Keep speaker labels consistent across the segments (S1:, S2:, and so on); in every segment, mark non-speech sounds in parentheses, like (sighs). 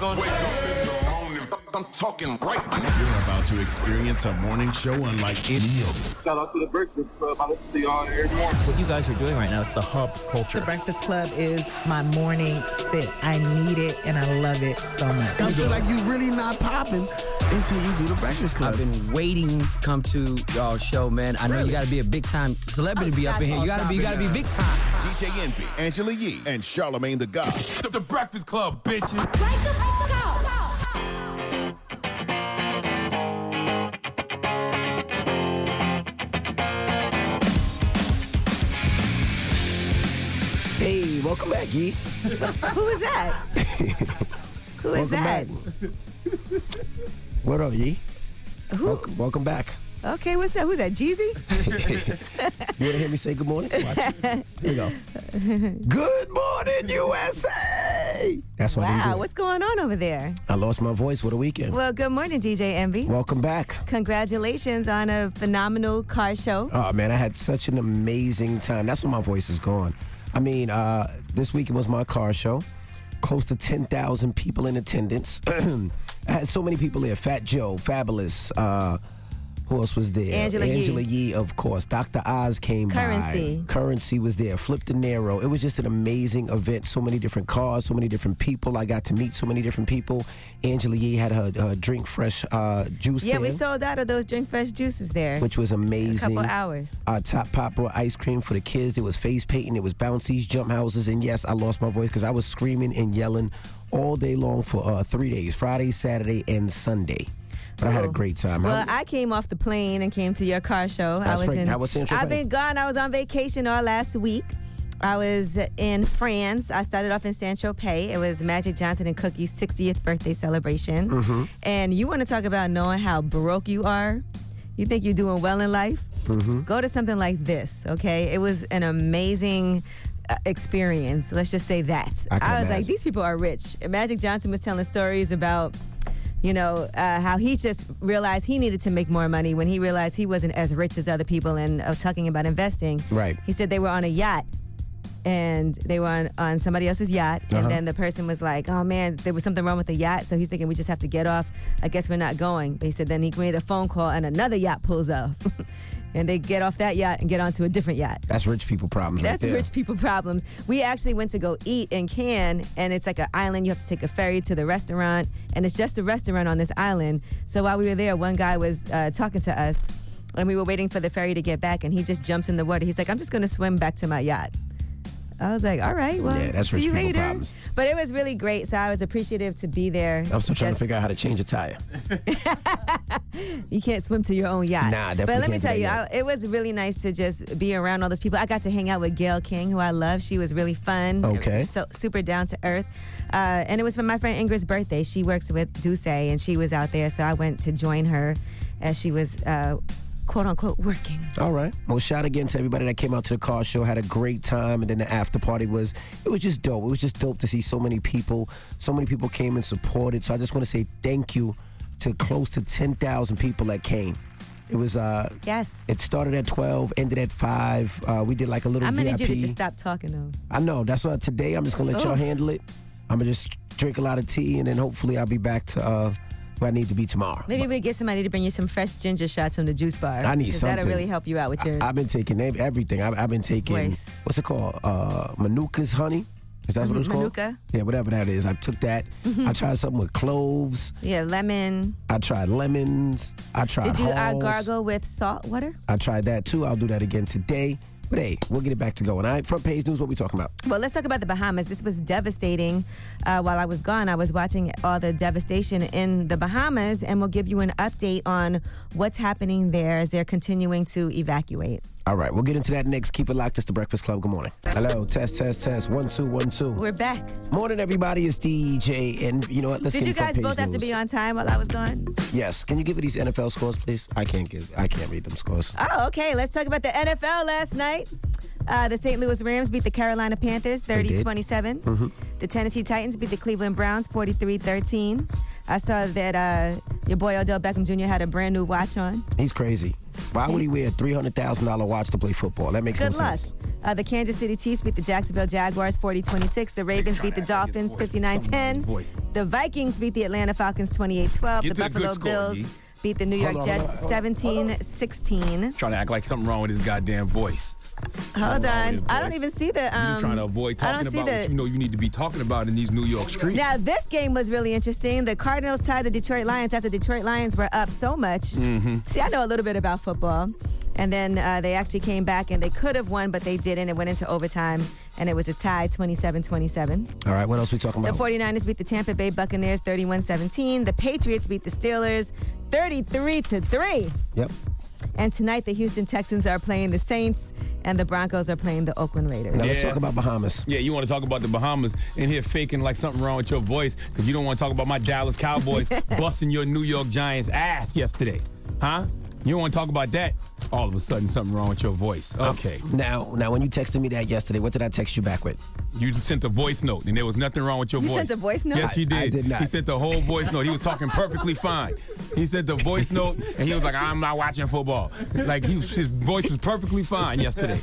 S1: gonna do.
S2: I'm talking right
S3: You're about to experience a morning show unlike any other.
S4: Shout out to the Breakfast Club. I listen to y'all every morning.
S1: What you guys are doing right now, it's the hub culture.
S5: The Breakfast Club is my morning sip. I need it and I love it so much.
S6: I feel like you really not popping until you do the Breakfast Club.
S7: I've been waiting to come to y'all show, man. I know you gotta be a big time celebrity to be up in here. You gotta be, you gotta be big time.
S3: DJ Envy, Angela Yee, and Charlemagne the God.
S4: The, the Breakfast Club, bitches.
S8: Break the fuck out.
S7: Hey, welcome back, (laughs) Yee.
S9: Who is
S7: (laughs)
S9: that? Who is
S7: Welcome
S9: that?
S7: What up, Yee?
S9: Who?
S7: Welcome,
S9: (laughs)
S7: welcome back. (laughs)
S9: Okay, what's that? Who's that? Jeezy?
S7: You wanna hear me say good morning? Watch. Here
S9: (laughs)
S7: we go. Good morning, USA. That's what I
S9: Wow,
S7: do.
S9: what's going on over there?
S7: I lost my voice. What a weekend.
S9: Well, good morning, DJ Envy.
S7: Welcome back.
S9: Congratulations on a phenomenal car show.
S7: Oh man, I had such an amazing time. That's when my voice is gone. I mean, uh, this weekend was my car show. Close to 10,000 people in attendance. (clears throat) I had so many people there. Fat Joe, Fabulous. Uh, who else was there?
S9: Angela Yee.
S7: Angela Yee, of course. Dr. Oz came
S9: Currency.
S7: by. Currency was there. Flip De Niro. It was just an amazing event. So many different cars, so many different people. I got to meet so many different people. Angela Yee had her, her drink fresh uh, juice
S9: Yeah, we
S7: stand,
S9: sold out of those drink fresh juices there.
S7: which was
S9: a
S7: amazing.
S9: couple hours.
S7: Uh, top Pop brought ice cream for the kids. There was face painting, there was bouncies, jump houses, and yes, I lost my voice because I was screaming and yelling all day long for uh, three days Friday, Saturday, and Sunday. But I had a
S9: Cool.
S7: great time.
S9: Well,
S7: I,
S9: I came off the plane and came to your car show. I
S7: That's
S9: was
S7: right.
S9: in.
S7: How was San Tropez?
S9: I've been gone. I was on vacation all last week. I was in France. I started off in San Tropez. It was Magic Johnson and Cookie's 60th birthday celebration. And you want to talk about knowing how baroque you are? You think you're doing well in life? Go to something like this, okay? It was an amazing uh, experience. Let's just say that.
S7: I can
S9: was like,
S7: imagine.
S9: these people are rich. And Magic Johnson was telling stories about you know, uh, how he just realized he needed to make more money when he realized he wasn't as rich as other people and uh, talking about investing.
S7: Right.
S9: He said they were on a yacht and they were on, on somebody else's yacht.
S7: Uh-huh.
S9: And then the person was like, oh man, there was something wrong with the yacht. So he's thinking, we just have to get off. I guess we're not going. But he said, then he made a phone call and another yacht pulls off. (laughs) and they get off that yacht and get onto a different yacht.
S7: that's rich people problems
S9: That's
S7: right there.
S9: rich people problems. We actually went to go eat in Cannes, and it's like an island. You have to take a ferry to the restaurant, and it's just a restaurant on this island. So while we were there, one guy was uh, talking to us, and we were waiting for the ferry to get back, and he just jumps in the water. He's like, "I'm just gonna swim back to my yacht." I was like, "All right, well,
S7: Yeah, that's
S9: see
S7: rich
S9: you
S7: people
S9: later."
S7: problems.
S9: But it was really great, so I was appreciative to be there.
S7: I'm still trying to
S9: Just-
S7: figure out how to change a tire.
S9: you can't swim to your own yacht.
S7: Nah, definitely
S9: But let me
S7: can't do
S9: tell
S7: that
S9: you, I,
S7: yet.
S9: it was really nice to just be around all those people. I got to hang out with Gail King, who I love. She was really fun.
S7: Okay.
S9: So super down to earth, uh, and it was for my friend Ingrid's birthday. She works with Duce, and she was out there, so I went to join her as she was. Uh, "Quote unquote working."
S7: All right. Well, shout again to everybody that came out to the car show. Had a great time, and then the after party was it was just dope. It was just dope to see so many people. So many people came and supported. So I just want to say thank you to close to ten thousand people that came. It was uh,
S9: Yes,
S7: It started at 12, ended at 5. Uh, we did like a little
S9: I'm gonna
S7: VIP.
S9: need you to just stop talking though.
S7: I know. That's why today I'm just going to let
S9: Oh.
S7: y'all handle it. I'm going to just drink a lot of tea and then hopefully I'll be back to uh, where I need to be tomorrow.
S9: Maybe we get somebody to bring you some fresh ginger shots from the juice bar.
S7: I need
S9: 'cause That'll
S7: something.
S9: really help you out with your.
S7: I've been taking ev- everything. I've, I've been taking,
S9: Voice.
S7: what's it called? Uh, Manuka's honey? Is that what it's called?
S9: Manuka. Mm-hmm.
S7: Yeah, whatever that is. I took that. I tried something with cloves.
S9: yeah, lemon.
S7: I tried lemons. I tried
S9: Did you uh,
S7: halls.
S9: gargle with salt water?
S7: I tried that too. I'll do that again today. But hey, we'll get it back to going. All right, front page news, what we talking about?
S9: Well, let's talk about the Bahamas. This was devastating. Uh, while I was gone, I was watching all the devastation in the Bahamas, and we'll give you an update on what's happening there as they're continuing to evacuate.
S7: All right, we'll get into that next. Keep it locked. It's the Breakfast Club. Good morning. Hello, test, test, test. One, two, one, two.
S9: We're back.
S7: Morning, everybody. It's DJ, and you know what? Let's
S9: Did
S7: get
S9: you
S7: front
S9: guys
S7: page
S9: both have to
S7: news.
S9: be on time while I was gone?
S7: Yes. Can you give me these NFL scores, please? I can't give. I can't read them scores.
S9: Oh, okay. Let's talk about the NFL last night. Uh, the St. Louis Rams beat the Carolina Panthers 30
S7: did.
S9: 27.
S7: Mm-hmm.
S9: The Tennessee Titans beat the Cleveland Browns 43 13. I saw that uh, your boy Odell Beckham Jr. had a brand new watch on.
S7: He's crazy. Why would he wear a three hundred thousand dollar watch to play football? That makes
S9: Good
S7: no
S9: luck.
S7: sense.
S9: Uh, the Kansas City Chiefs beat the Jacksonville Jaguars 40 26. The Ravens beat the Dolphins 59 10. The Vikings beat the Atlanta Falcons 28 12. The
S10: Get to the good
S9: Buffalo
S10: score,
S9: Bills
S10: Yee.
S9: beat the New
S7: Hold
S9: York
S7: on, hold on,
S9: Jets
S7: hold on.
S9: 17 16.
S10: Trying to act like something wrong with his goddamn voice.
S9: Hold
S10: Hold on,
S9: on.
S10: your
S9: I don't
S10: voice.
S9: even see the.
S10: You're
S9: Um,
S10: trying to avoid
S9: I
S10: talking
S9: don't see
S10: about
S9: the,
S10: what you know you need to be talking about in these New York streets.
S9: Now this game was really interesting. The Cardinals tied the Detroit Lions after Detroit Lions were up so much.
S7: Mm-hmm.
S9: See, I know a little bit about football, and then uh, they actually came back and they could have won, but they didn't. It went into overtime, and it was a tie, 27-27.
S7: All right, what else we talking
S9: The
S7: about?
S9: 49ers beat the Tampa Bay Buccaneers 31-17. The Patriots beat the Steelers 33 to 3.
S7: Yep.
S9: And tonight the Houston Texans are playing the Saints and the Broncos are playing the Oakland Raiders.
S7: Now let's
S10: Yeah.
S7: talk about Bahamas.
S10: Yeah, you want to talk about the Bahamas and here faking like something wrong with your voice because you don't want to talk about my
S9: (laughs)
S10: Dallas Cowboys busting your New York Giants ass yesterday, huh? You don't want to talk about that. All of a sudden, something wrong with your voice. Okay,
S7: Um, Now, now, when you texted me that yesterday, what did I text you back with?
S10: you sent a voice note and there was nothing wrong with your
S9: You
S10: voice.
S9: sent a voice note?
S10: Yes, you did.
S7: I- I did not.
S10: He sent the whole voice note. He was talking perfectly fine. He sent the voice note and he was like, "I'm not watching football." Like he, was- his voice was perfectly fine yesterday.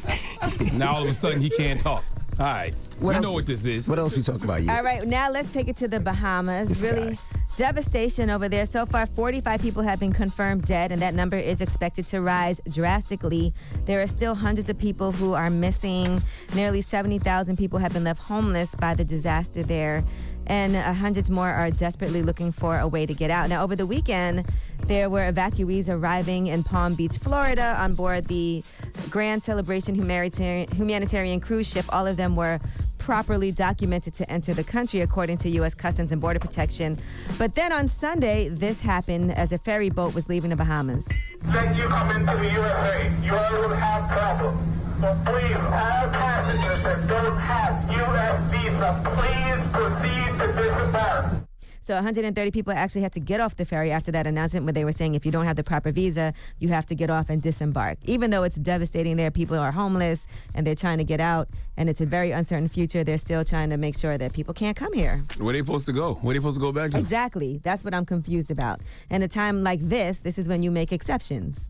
S10: now all of a sudden he can't talk. All right,
S7: What
S10: you
S7: else-
S10: know what this is.
S7: What else we talking about? You?
S9: All right, now let's take it to the Bahamas.
S7: This
S9: really
S7: guy.
S9: devastation over there. So far, 45 people have been confirmed dead, and that number is expected to rise drastically. There are still hundreds of people who are missing. Nearly 70,000 people have been left homeless by the disaster there. And uh, hundreds more are desperately looking for a way to get out. Now, over the weekend, there were evacuees arriving in Palm Beach, Florida, on board the Grand Celebration humanitarian, humanitarian cruise ship. All of them were properly documented to enter the country, according to U.S. Customs and Border Protection. But then on Sunday, this happened as a ferry boat was leaving the Bahamas.
S4: Since you come into the USA, you are going to have trouble. So please, all passengers that don't have U.S. visa, please proceed to disembark.
S9: So 130 people actually had to get off the ferry after that announcement where they were saying if you don't have the proper visa, you have to get off and disembark. Even though it's devastating there, people are homeless and they're trying to get out, and it's a very uncertain future. They're still trying to make sure that people can't come here.
S10: Where they supposed to go? Where they supposed to go back to?
S9: Exactly. That's what I'm confused about. And a time like this, this is when you make exceptions.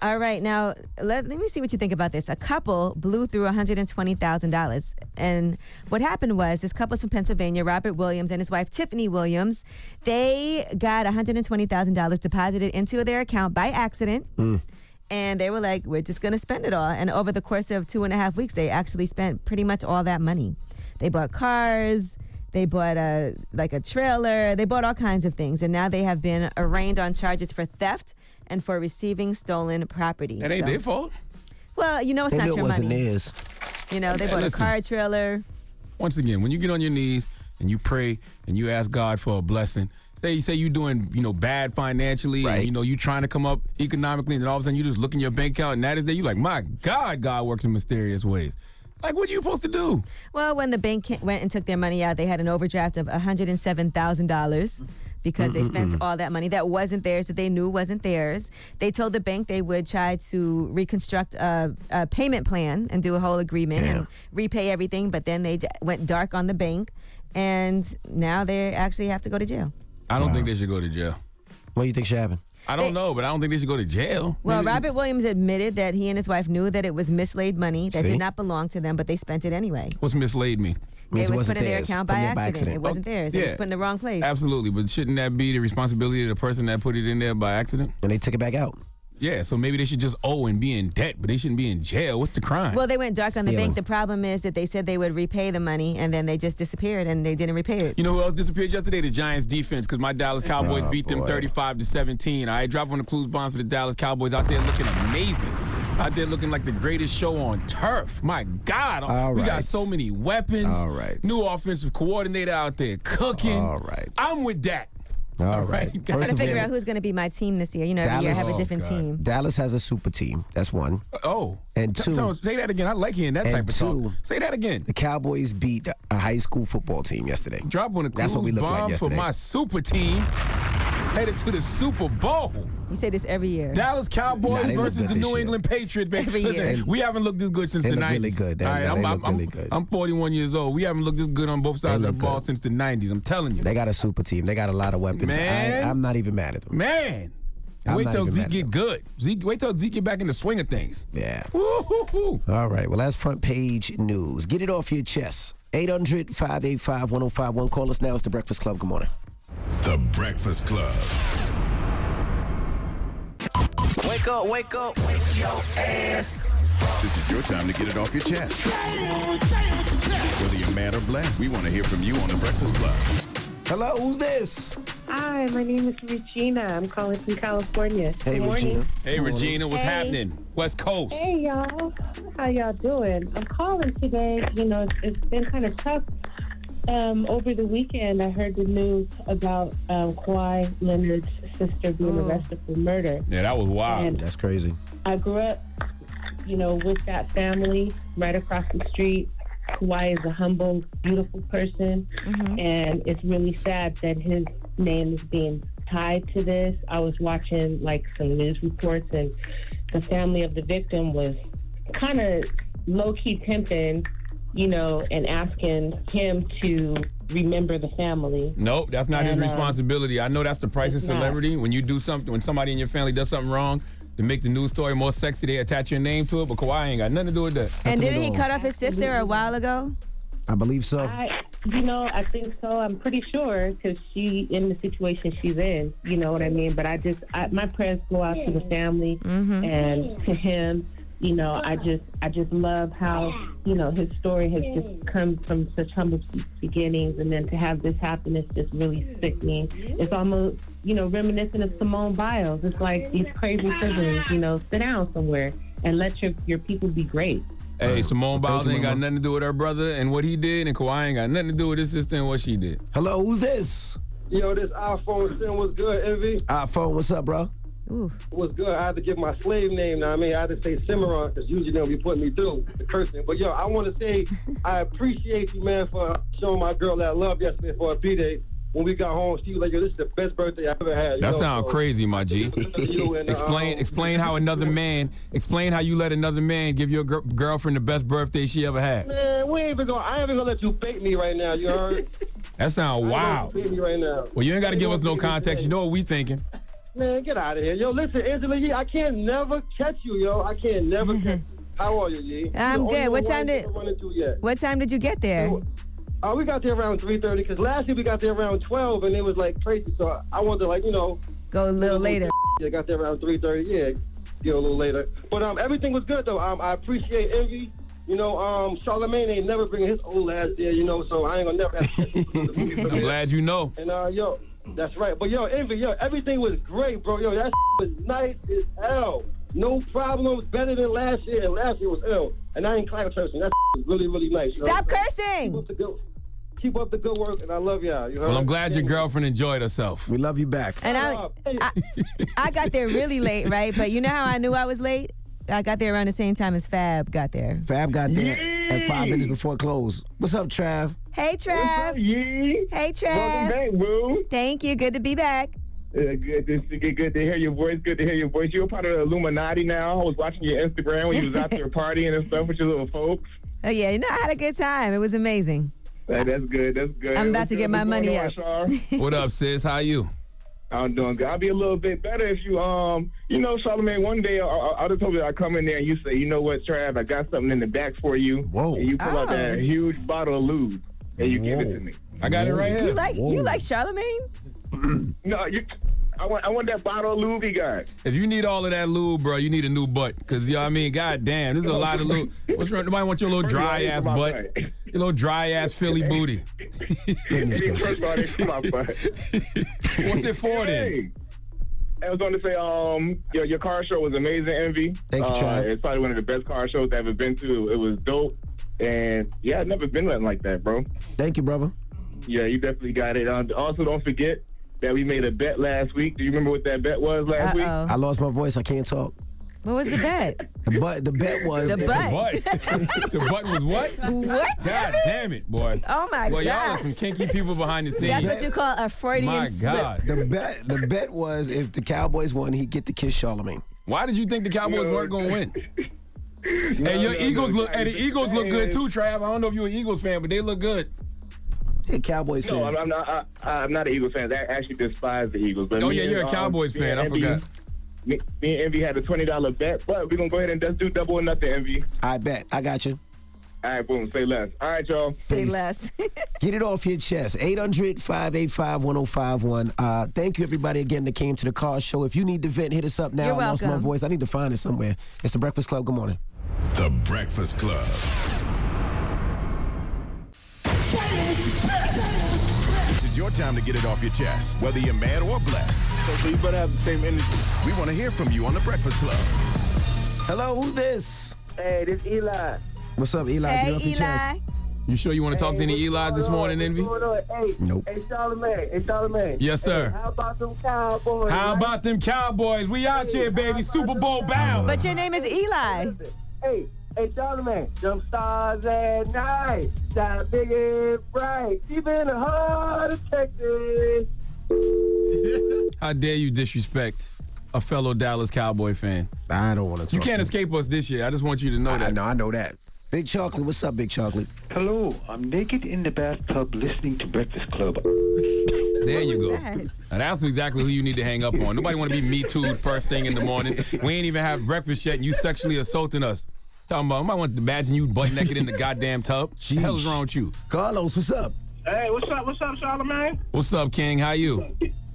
S9: All right, now let, let me see what you think about this. A couple blew through $120,000. And what happened was this couple's from Pennsylvania, Robert Williams and his wife Tiffany Williams. They got $120,000 deposited into their account by accident. And they were like, we're just going to spend it all. And over the course of two and a half weeks, they actually spent pretty much all that money. They bought cars. They bought a like a trailer. They bought all kinds of things, and now they have been arraigned on charges for theft and for receiving stolen property.
S10: That ain't
S9: So-
S10: their fault.
S9: Well, you know it's
S7: They
S9: not
S7: knew it
S9: your
S7: wasn't
S9: money.
S7: theirs.
S9: You know they
S10: Hey,
S9: bought
S10: listen.
S9: a car trailer.
S10: Once again, when you get on your knees and you pray and you ask God for a blessing, say say you're doing you know bad financially,
S7: Right.
S10: and you know you trying to come up economically, and then all of a sudden you just look in your bank account, and that is there. You like, my God, God works in mysterious ways. Like, what are you supposed to do?
S9: Well, when the bank ca- went and took their money out, they had an overdraft of $107,000 because they spent all that money that wasn't theirs, that they knew wasn't theirs. They told the bank they would try to reconstruct a, a payment plan and do a whole agreement and repay everything, but then they j- went dark on the bank, and now they actually have to go to jail.
S10: I don't think they should go to jail.
S7: What do you think should happen?
S10: I don't
S9: They-
S10: know, but I don't think they should go to jail.
S9: Well,
S10: Maybe-
S9: Robert Williams admitted that he and his wife knew that it was mislaid money that
S7: See?
S9: did not belong to them, but they spent it anyway.
S10: What's mislaid me?
S7: Means
S9: It
S7: it
S9: was put
S7: wasn't
S9: in their
S7: theirs,
S9: account
S7: put
S9: by
S7: in there
S9: accident.
S7: by accident. Oh.
S9: It wasn't theirs. It
S10: yeah.
S9: was put in the wrong place.
S10: Absolutely, but shouldn't that be the responsibility of the person that put it in there by accident?
S7: And they took it back out.
S10: Yeah, so maybe they should just owe and be in debt, but they shouldn't be in jail. What's the crime?
S9: Well, they went dark on the
S7: Stealing.
S9: bank. The problem is that they said they would repay the money, and then they just disappeared, and they didn't repay
S7: (laughs)
S9: it.
S10: You know who else disappeared yesterday? The Giants defense, because my Dallas Cowboys
S7: Oh,
S10: beat them
S7: boy.
S10: 35 to 17. I dropped one of the clues bombs for the Dallas Cowboys out there looking amazing. Out there looking like the greatest show on turf. My God.
S7: All
S10: we
S7: right.
S10: got so many weapons.
S7: All right.
S10: New offensive coordinator out there cooking.
S7: All right.
S10: I'm with that.
S7: All right.
S10: right.
S7: First
S9: I'm to
S7: of
S9: figure
S7: all-
S9: out who's going to be my team this year. You know, every year I
S7: Dallas-
S9: have a
S7: Oh,
S9: different
S10: God.
S9: team.
S7: Dallas has a super team. That's one.
S10: Oh.
S7: And
S10: T-
S7: two-
S10: so- say that again. I like hearing that
S7: And
S10: type of
S7: two-
S10: talk. Say that again.
S7: The Cowboys beat a high school football team yesterday.
S10: Drop one of the
S7: That's what we
S10: clues
S7: looked like
S10: bombs for
S7: yesterday.
S10: my super team. Headed to the Super Bowl.
S9: You say this every year.
S10: Dallas
S7: Nah,
S10: Cowboys
S7: they look
S10: versus
S7: good
S10: the
S7: this
S10: New
S7: year.
S10: England Patriots, man.
S9: Every
S10: Listen,
S9: year.
S10: we haven't looked this good since
S7: They
S10: the
S7: look
S10: 90s.
S7: really good. They-
S10: All
S7: they
S10: I'm,
S7: look
S10: I'm- I'm-
S7: really good.
S10: I'm 41 years old. We haven't looked this good on both sides of
S7: look
S10: the ball
S7: good.
S10: since the 90s. I'm telling you.
S7: They got a super team. They got a lot of weapons.
S10: Man.
S7: I, I'm not even mad at them.
S10: Man,
S7: I'm
S10: wait
S7: not
S10: till
S7: even
S10: Zeke
S7: mad at
S10: get
S7: him.
S10: good. Zeke, wait till Zeke get back in the swing of things.
S7: Yeah.
S10: Woo-hoo-hoo.
S7: All right. Well, that's front page news. Get it off your chest. 800 585 1051. Call us now. It's the Breakfast Club. Good morning.
S3: The Breakfast Club.
S6: Wake up, wake up.
S3: This is your time to get it off your chest. Whether you're mad or blessed, we want to hear from you on The Breakfast Club.
S7: Hello, who's this?
S11: Hi, my name is Regina. I'm calling from California.
S7: Hey,
S11: Good morning.
S7: Regina.
S10: Hey, Regina, what's
S11: Hey.
S10: happening? Oh. West Coast.
S11: Hey, y'all. How y'all doing? I'm calling today. You know, it's- it's been kind of tough. Um, over the weekend, I heard the news about um, Kawhi Leonard's sister being
S5: Oh.
S11: arrested for murder.
S10: Yeah, that was wild.
S11: And
S7: That's crazy.
S11: I grew up, you know, with that family right across the street. Kawhi is a humble, beautiful person, and it's really sad that his name is being tied to this. I was watching like some news reports, and the family of the victim was kind of low key pimping, you know, and asking him to remember the family.
S10: Nope, that's not his
S11: And, uh,
S10: responsibility. I know that's the price of
S11: it's not.
S10: celebrity. When you do something, when somebody in your family does something wrong, to make the news story more sexy, they attach your name to it. But Kawhi ain't got nothing to do with that.
S9: And
S7: Nothing at
S9: didn't he
S7: all.
S9: cut off his sister a while ago?
S7: I believe so.
S11: I, you know, I think so. I'm pretty sure because she in the situation she's in. You know what I mean? But I just, I, my prayers go out to the family and to him. You know, I just, I just love how you know his story has just come from such humble beginnings, and then to have this happen is just really sickening. It's almost, you know, reminiscent of Simone Biles. It's like these crazy siblings. You know, sit down somewhere and let your your people be great.
S10: Hey, Simone Biles
S7: you,
S10: ain't got
S7: Mama.
S10: nothing to do with her brother and what he did, and Kawhi ain't got nothing to do with his sister and what she did.
S7: Hello, who's this?
S12: Yo, this iPhone 10 was good, Envy.
S7: iPhone, Oh, what's up, bro?
S9: Ooh.
S12: Was good. I had to give my slave name now. I mean, I had to say Cimarron because usually they'll be putting me through the cursing. But yo, I want to say I appreciate you, man, for showing my girl that love yesterday for a B day. When we got home, she was like, yo, this is the best birthday I ever had.
S10: That
S12: yo.
S10: sounds
S12: So,
S10: crazy, my G.
S12: you and, uh,
S10: explain, explain how another man, explain how you let another man give your gir- girlfriend the best birthday she ever had.
S12: Man, we ain't even gonna, I ain't even gonna let you bait me right now. You heard?
S10: That sounds
S12: I ain't
S10: wild.
S12: gonna let you bait me right now.
S10: Well, you ain't got to
S12: I
S10: give us no
S12: gonna bait me
S10: context.
S12: today.
S10: You know what we thinking.
S12: Man, get out of here. Yo, listen, Angela Yee, I can't never catch you, yo. I
S9: (laughs)
S12: can't never catch you. How are you, Yee?
S9: I'm
S12: You're
S9: good.
S12: the only
S9: What
S12: one
S9: time
S12: I
S9: did-
S12: haven't run into yet.
S9: What time did you get there?
S12: Uh, we got there around 3.30 because last year we got there around 12 and it was like crazy. So I- I wanted to, like, you know.
S9: Go a little later.
S12: Yeah, got there around 3.30. Yeah, get a little later. But um, everything was good, though. Um, I appreciate Envy. You know, um, Charlemagne ain't never bringing his old ass there, you know, so I ain't gonna never have to
S10: I'm glad you know.
S12: And uh, yo, that's right. But yo, envy, yo, everything was great, bro. Yo, that was nice as hell. No problems, better than last year. And last year was ill. And I ain't clown cursing. That was really, really nice. yo.
S9: Stop
S12: So,
S9: cursing!
S12: Keep up the good, keep up the good work, and I love y'all. You heard?
S10: Well, I'm glad your girlfriend enjoyed herself.
S7: We love you back.
S9: And I, I, I got there really late, right? But you know how I knew I was late? I got there around the same time as Fab got there.
S7: Fab got there at five minutes before it closed. What's up, Trav?
S9: Hey, Trav.
S13: Yee.
S9: Hey,
S13: Welcome
S9: Trav.
S13: back, Woo.
S9: Thank you. Good to be back.
S13: Uh, good, to, see- good, good to hear your voice. Good to hear your voice. You're part of the Illuminati now. I was watching your Instagram when you was
S9: (laughs)
S13: out there partying and stuff with your little folks.
S9: Oh, yeah. You know, I had a good time. It was amazing.
S13: Uh, that's good. That's good.
S9: I'm about
S13: What's
S9: to
S13: up-
S9: get my
S13: what's
S9: money
S13: going on,
S9: up.
S13: Shar?
S10: (laughs) What up, sis? How you?
S13: I'm doing good. I'll be a little bit better if you, um, you know, Charlamagne. One day, uh, I- I- I'll just hope that I come in there and you say, you know what, Trav, I got something in the back for you. Whoa! And you pull out
S9: Oh.
S13: that huge bottle of lube and you give it to me.
S10: I got it right
S9: You
S10: here.
S9: like you like Charlemagne?
S13: No, you. I want, I want that bottle of lube he got.
S10: If you need all of that lube, bro, you need a new butt. Cause you know what I mean, god damn, this is a lot of lube. What's wrong? Nobody want your little
S13: First of all,
S10: dry
S13: it's
S10: ass
S13: my
S10: butt.
S13: butt.
S10: Your little dry ass
S13: (laughs)
S10: Philly booty.
S13: And he first started to my butt.
S10: (laughs) What's it for then?
S13: Hey, I was going to say, um, your, your car show was amazing, Envy.
S7: Thank you,
S13: uh,
S7: Trav.
S13: It's probably one of the best car shows I've ever been to. It was dope. And yeah, I've never been nothing like that, bro.
S7: Thank you, brother.
S13: Yeah, you definitely got it. Um, also, don't forget that we made a bet last week. Do you remember what that bet was last
S9: Uh-oh.
S13: week?
S7: I lost my voice. I can't talk.
S9: What was the
S7: (laughs)
S9: bet?
S7: The but the bet was
S9: The butt.
S13: (laughs)
S10: Butt. the butt was what?
S9: What?
S10: God damn it, boy.
S9: Oh my
S10: Well, y'all are
S9: god.
S10: some kinky people behind the
S9: That's what
S10: scenes.
S9: you call a Freudian
S10: My
S9: slip.
S10: God.
S7: The bet the bet was if the Cowboys won, he'd get to kiss Charlemagne.
S10: Why did you think the Cowboys
S13: No.
S10: weren't gonna
S13: (laughs)
S10: win?
S13: No,
S10: Hey, your
S13: no,
S10: Eagles
S13: no,
S10: look. Hey, the Eagles look good too, Trav. I don't know if you're an Eagles fan, but they look good.
S7: Hey, Cowboys
S13: No,
S7: fan.
S13: I'm, I'm not. I, I'm not an Eagles fan. I actually despise the Eagles. But
S10: Oh
S13: me
S10: yeah,
S13: and,
S10: you're a
S13: um,
S10: Cowboys
S13: me and
S10: fan. I
S13: Andy,
S10: forgot.
S13: me, me and Envy had a twenty dollar bet, but we're gonna go ahead and just do double or nothing, Envy.
S7: I bet. I got you.
S13: All right, boom. Say less. All right, y'all.
S9: Say less. (laughs)
S7: Get it off your chest. 800 585 1051. Uh, Thank you, everybody, again, that came to the car show. If you need to vent, hit us up now.
S9: You're
S7: I lost my
S9: welcome.
S7: voice. I need to find it somewhere. It's the Breakfast Club. Good morning.
S3: The Breakfast Club. This is your time to get it off your chest, whether you're mad or blessed. So you better have the same energy. We want to hear from you on The Breakfast Club.
S7: Hello, who's this?
S14: Hey, this Eli.
S7: What's up, Eli? Get it off your chest.
S10: You sure you want to talk to any
S14: what's
S10: Eli this
S14: going
S10: morning,
S14: on?
S10: Envy?
S14: What's going on? Hey,
S10: Nope.
S14: Hey, Charlemagne. Hey, Charlemagne.
S10: Yes, sir.
S14: Hey, how about them Cowboys?
S10: How
S14: right?
S10: about them Cowboys? We out here, baby. Super Bowl bound.
S9: Oh, But your name is Eli.
S14: Hey, hey, Charlemagne. Them stars at night. Shine big and bright. Deep in the heart of Texas.
S10: How dare you disrespect a fellow Dallas Cowboy fan?
S7: I don't want
S10: You can't escape us this year. I just want you to know that. I
S7: know. I know that. Big Chocolate. What's up, Big Chocolate?
S15: Hello, I'm naked in the bathtub listening to Breakfast Club.
S10: (laughs) There you go. Now, that's exactly who you need to hang up on. Nobody want to be me too first thing in the morning. We ain't even have breakfast yet, and you sexually assaulting us. Talking about, I might want to imagine you butt naked in the goddamn tub. The hell's wrong with you?
S7: Carlos, what's up?
S16: Hey, what's up? What's up, Charlemagne?
S10: What's up, King? How you?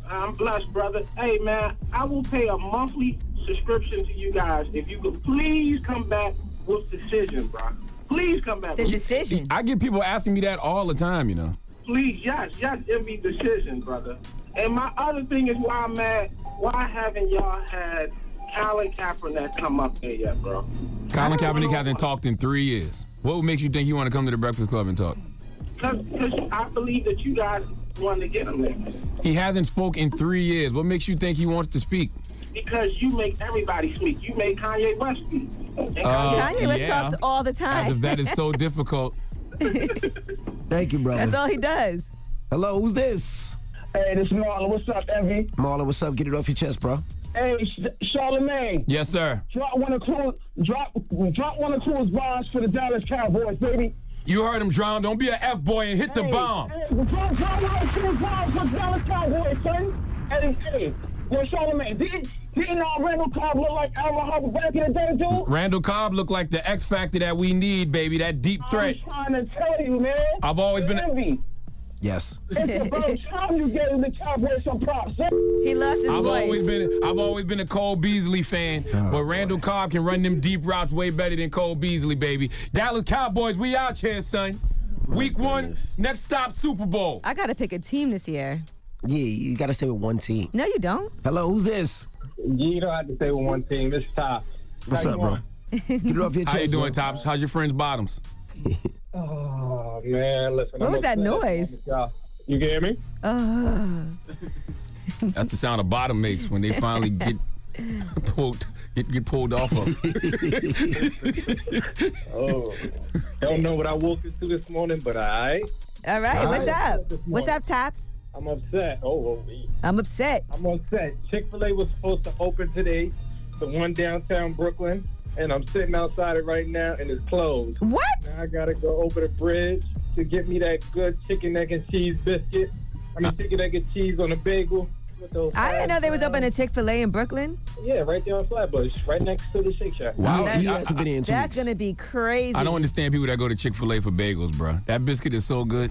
S16: I'm blessed, brother. Hey, man, I will pay a monthly subscription to you guys if you could please come back with decision, bro. Please come back. with
S10: I get people asking me that all the time, you know.
S16: Please, yes, yes, envy decision, brother. And my other thing is why I'm mad. Why haven't y'all had Colin Kaepernick come up there yet, bro?
S10: Colin Kaepernick hasn't talked in three years. What makes you think you want to come to the Breakfast Club and talk?
S16: Because I believe that you guys want to get him there.
S10: He hasn't spoke in three years. What makes you think he wants to speak?
S16: Because you make everybody speak. You make Kanye West speak. And
S10: Uh,
S9: Kanye West
S10: yeah.
S9: talks all the
S10: As if
S9: time.
S10: that is
S9: (laughs)
S10: so difficult.
S7: Thank you, brother.
S9: That's all he does.
S7: Hello, who's this?
S14: Hey, this is Marlon. What's up, Envy?
S7: Marlon, what's up? Get it off your chest, bro.
S14: Hey, Charlemagne.
S10: Yes, sir.
S14: Drop one of Cruz, drop, drop one of Cruz bombs for the Dallas Cowboys, baby.
S10: You heard him drown. Don't be an F boy and hit the bomb.
S14: Hey, drop, drop one of Cruz bombs for the Dallas Cowboys, son. Hey, hey, yo, Charlemagne, didn't, didn't all Randall Cobb look like Al Hubbard back in the day, dude?
S10: Randall Cobb looked like the X factor that we need, baby. That deep threat.
S14: I'm trying to tell you, man.
S10: I've always been.
S14: Envy.
S7: Yes.
S14: It's about time you gave the Cowboys some props. He
S9: lost
S10: I've always been I've always been a Cole Beasley fan,
S7: Oh,
S10: but Randall Cobb can run them deep routes way better than Cole Beasley, baby. Dallas Cowboys, we out here, son. Week one, next stop Super Bowl.
S9: I got to pick a team this year.
S7: Yeah, you got to stay with one team.
S9: No, you don't.
S7: Hello, who's this?
S14: You don't have to stay with one team. It's top.
S7: What's up, bro? Get it off your chest.
S10: How you doing,
S7: bro.
S10: Tops? How's your friends' bottoms?
S14: Oh man, listen.
S9: What
S14: I'm
S9: was that
S14: upset.
S9: noise?
S14: (laughs) Y'all- You can hear me?
S9: Uh,
S14: Oh.
S10: That's the sound a bottom makes when they
S9: (laughs)
S10: finally get pulled get, get pulled off of.
S14: Oh, don't know what I woke into this morning, but I.
S9: all right,
S14: All
S9: what's
S14: right.
S9: up? What's up, Tops?
S14: I'm upset. Oh, well, we-
S9: I'm upset.
S14: I'm upset. Chick Fil A was supposed to open today, the one downtown Brooklyn, and I'm sitting outside it right now, and it's closed.
S9: What?
S14: Now I gotta go over the bridge to get me that good chicken egg and cheese biscuit. I mean, chicken egg and cheese on a bagel. With those
S9: I didn't know they was
S14: fries.
S9: open a Chick Fil A in Brooklyn.
S14: Yeah, right there on Flatbush, right next to the Shake Shack.
S10: Wow, he hasn't been in two
S9: That's
S10: weeks.
S9: gonna be crazy.
S10: I don't understand people that go to Chick Fil A for bagels, bruh. That biscuit is so good.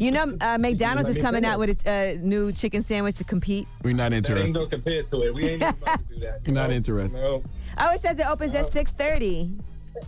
S9: You know, uh, McDonald's
S10: Let
S9: is
S10: me
S9: coming
S10: finish.
S9: out with a uh, new chicken sandwich to compete. (laughs)
S10: We're not
S14: That ain't
S10: interested.
S14: no compare to it. We ain't even about to do that.
S10: We're not interested.
S14: No.
S9: Oh, it says it opens at six thirty.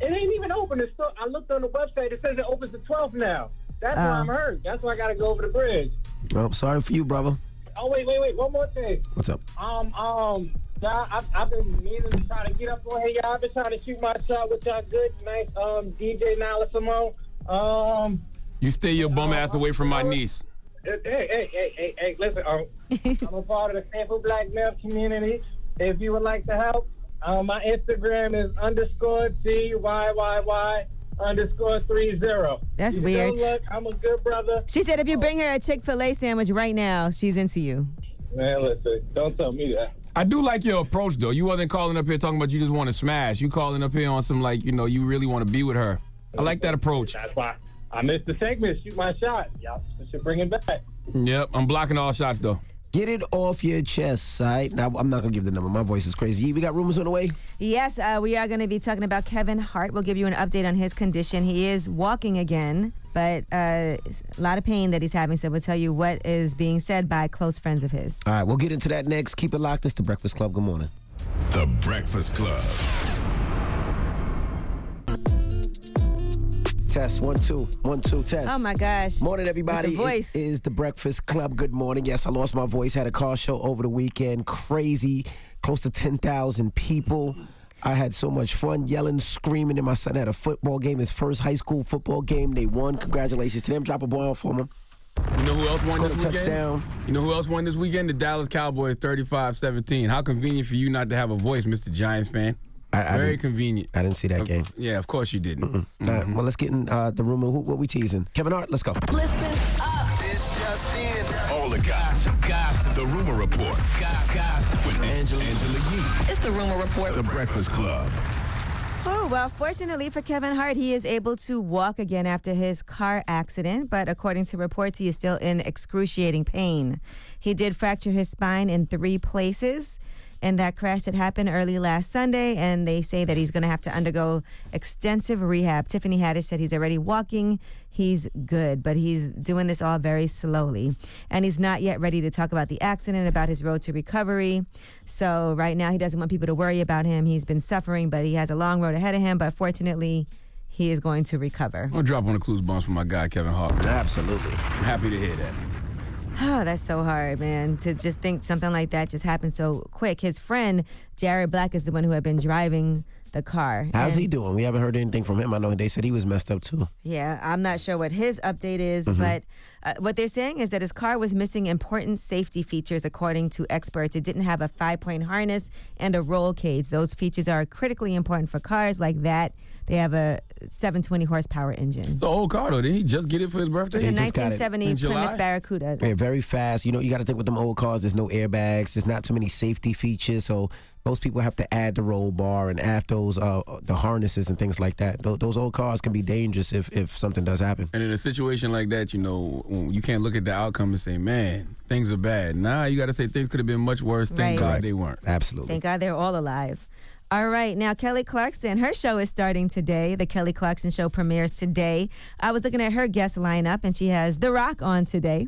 S14: It ain't even open. It's still, I looked on the website. It says it opens the 12th now. That's
S7: Oh.
S9: Uh.
S14: why I'm hurt. That's why I got to go over the bridge.
S7: I'm sorry for you, brother.
S14: Oh, wait, wait, wait. One more thing.
S7: What's up?
S14: Um, um, y'all, I, I've been meaning to try to get up on here. Y'all, I've been trying to shoot my shot with y'all good, nice, um, DJ Nala Simone. Um,
S10: You stay your bum ass away from my niece.
S14: Hey, hey, hey, hey, hey, listen,
S9: (laughs)
S14: um, I'm a part of the Faithful Black Male community. If you would like to help, um, my Instagram is underscore DYYY underscore 30.
S9: That's
S14: You
S9: weird.
S14: know, look, I'm a good brother.
S9: She said if you bring her a Chick Fil A sandwich right now, she's into you.
S14: Man, listen, don't tell me that.
S10: I do like your approach though. You wasn't calling up here talking about you just want to smash. You calling up here on some like you know you really want to be with her. I like that approach.
S14: That's why I missed the segment. Shoot my shot. Y'all should bring it back.
S10: Yep, I'm blocking all shots though.
S7: Get it off your chest, all right? Now, I'm not going to give the number. My voice is crazy. We got rumors on the way.
S9: Yes, uh, we are going to be talking about Kevin Hart. We'll give you an update on his condition. He is walking again, but uh, it's a lot of pain that he's having. So we'll tell you what is being said by close friends of his.
S7: All right, we'll get into that next. Keep it locked. It's the Breakfast Club. Good morning.
S3: The Breakfast Club.
S7: Test one two one two test.
S9: Oh my gosh.
S7: Morning, everybody.
S9: With the voice.
S7: It is the Breakfast Club. Good morning. Yes, I lost my voice. Had a car show over the weekend. Crazy, close to ten thousand people. I had so much fun yelling, screaming, and my son had a football game, his first high school football game. They won. Congratulations to them. Drop a ball for them.
S10: You know who else won
S7: Scored
S10: this
S7: a
S10: weekend?
S7: touchdown.
S10: You know who else won this weekend? The Dallas Cowboys 35-17. How convenient for you not to have a voice, Mr. Giants fan. Very
S7: didn't-
S10: convenient.
S7: I didn't see that game.
S10: Yeah, of course you didn't. Mm-hmm.
S7: All right, well, let's get in uh, the rumor. Who, what we teasing? Kevin Hart, let's go.
S3: Listen up. This just in. All the gossip. gossip. The rumor report. Gossip. With Angela, Angela Yee.
S9: It's the rumor report.
S3: The Breakfast Club.
S9: Oh, well, fortunately for Kevin Hart, he is able to walk again after his car accident, but according to reports, he is still in excruciating pain. He did fracture his spine in three places in that crash that happened early last Sunday, and they say that he's going to have to undergo extensive rehab. Tiffany Haddish said he's already walking, he's good, but he's doing this all very slowly. And he's not yet ready to talk about the accident, about his road to recovery. So right now, he doesn't want people to worry about him. He's been suffering, but he has a long road ahead of him. But fortunately, he is going to recover.
S10: I'm
S7: Oh,
S10: gonna drop on the clues bombs for my guy Kevin Hart.
S7: Absolutely.
S10: I'm happy to hear that.
S9: (sighs) Oh, that's so hard, man, to just think something like that just happened so quick. His friend, Jared Black, is the one who had been driving the car.
S7: How's
S9: And-
S7: he doing? We haven't heard anything from him. I know they said he was messed up too.
S9: Yeah, I'm not sure what his update is,
S7: Mhm.
S9: but uh, what they're saying is that his car was missing important safety features, according to experts. It didn't have a five point harness and a roll cage. Those features are critically important for cars like that. They have a 720 horsepower engine.
S10: It's an old car though. Did he just get it for his birthday?
S9: It's a
S7: He just got it.
S9: 1970
S7: In
S9: Plymouth
S7: July?
S9: Barracuda.
S7: Yeah, very fast. You know, you got to think with them old cars. There's no airbags. There's not too many safety features. So most people have to add the roll bar and add those uh, the harnesses and things like that. Those, those old cars can be dangerous if if something does happen.
S10: And in a situation like that, you know, when you can't look at the outcome and say, "Man, things are bad." Nah, you got to say things could have been much worse. Thank
S9: Right.
S10: God they weren't.
S7: Absolutely.
S9: Thank God they're all alive. All right, now Kelly Clarkson, her show is starting today. The Kelly Clarkson show premieres today. I was looking at her guest lineup, and she has The Rock on today.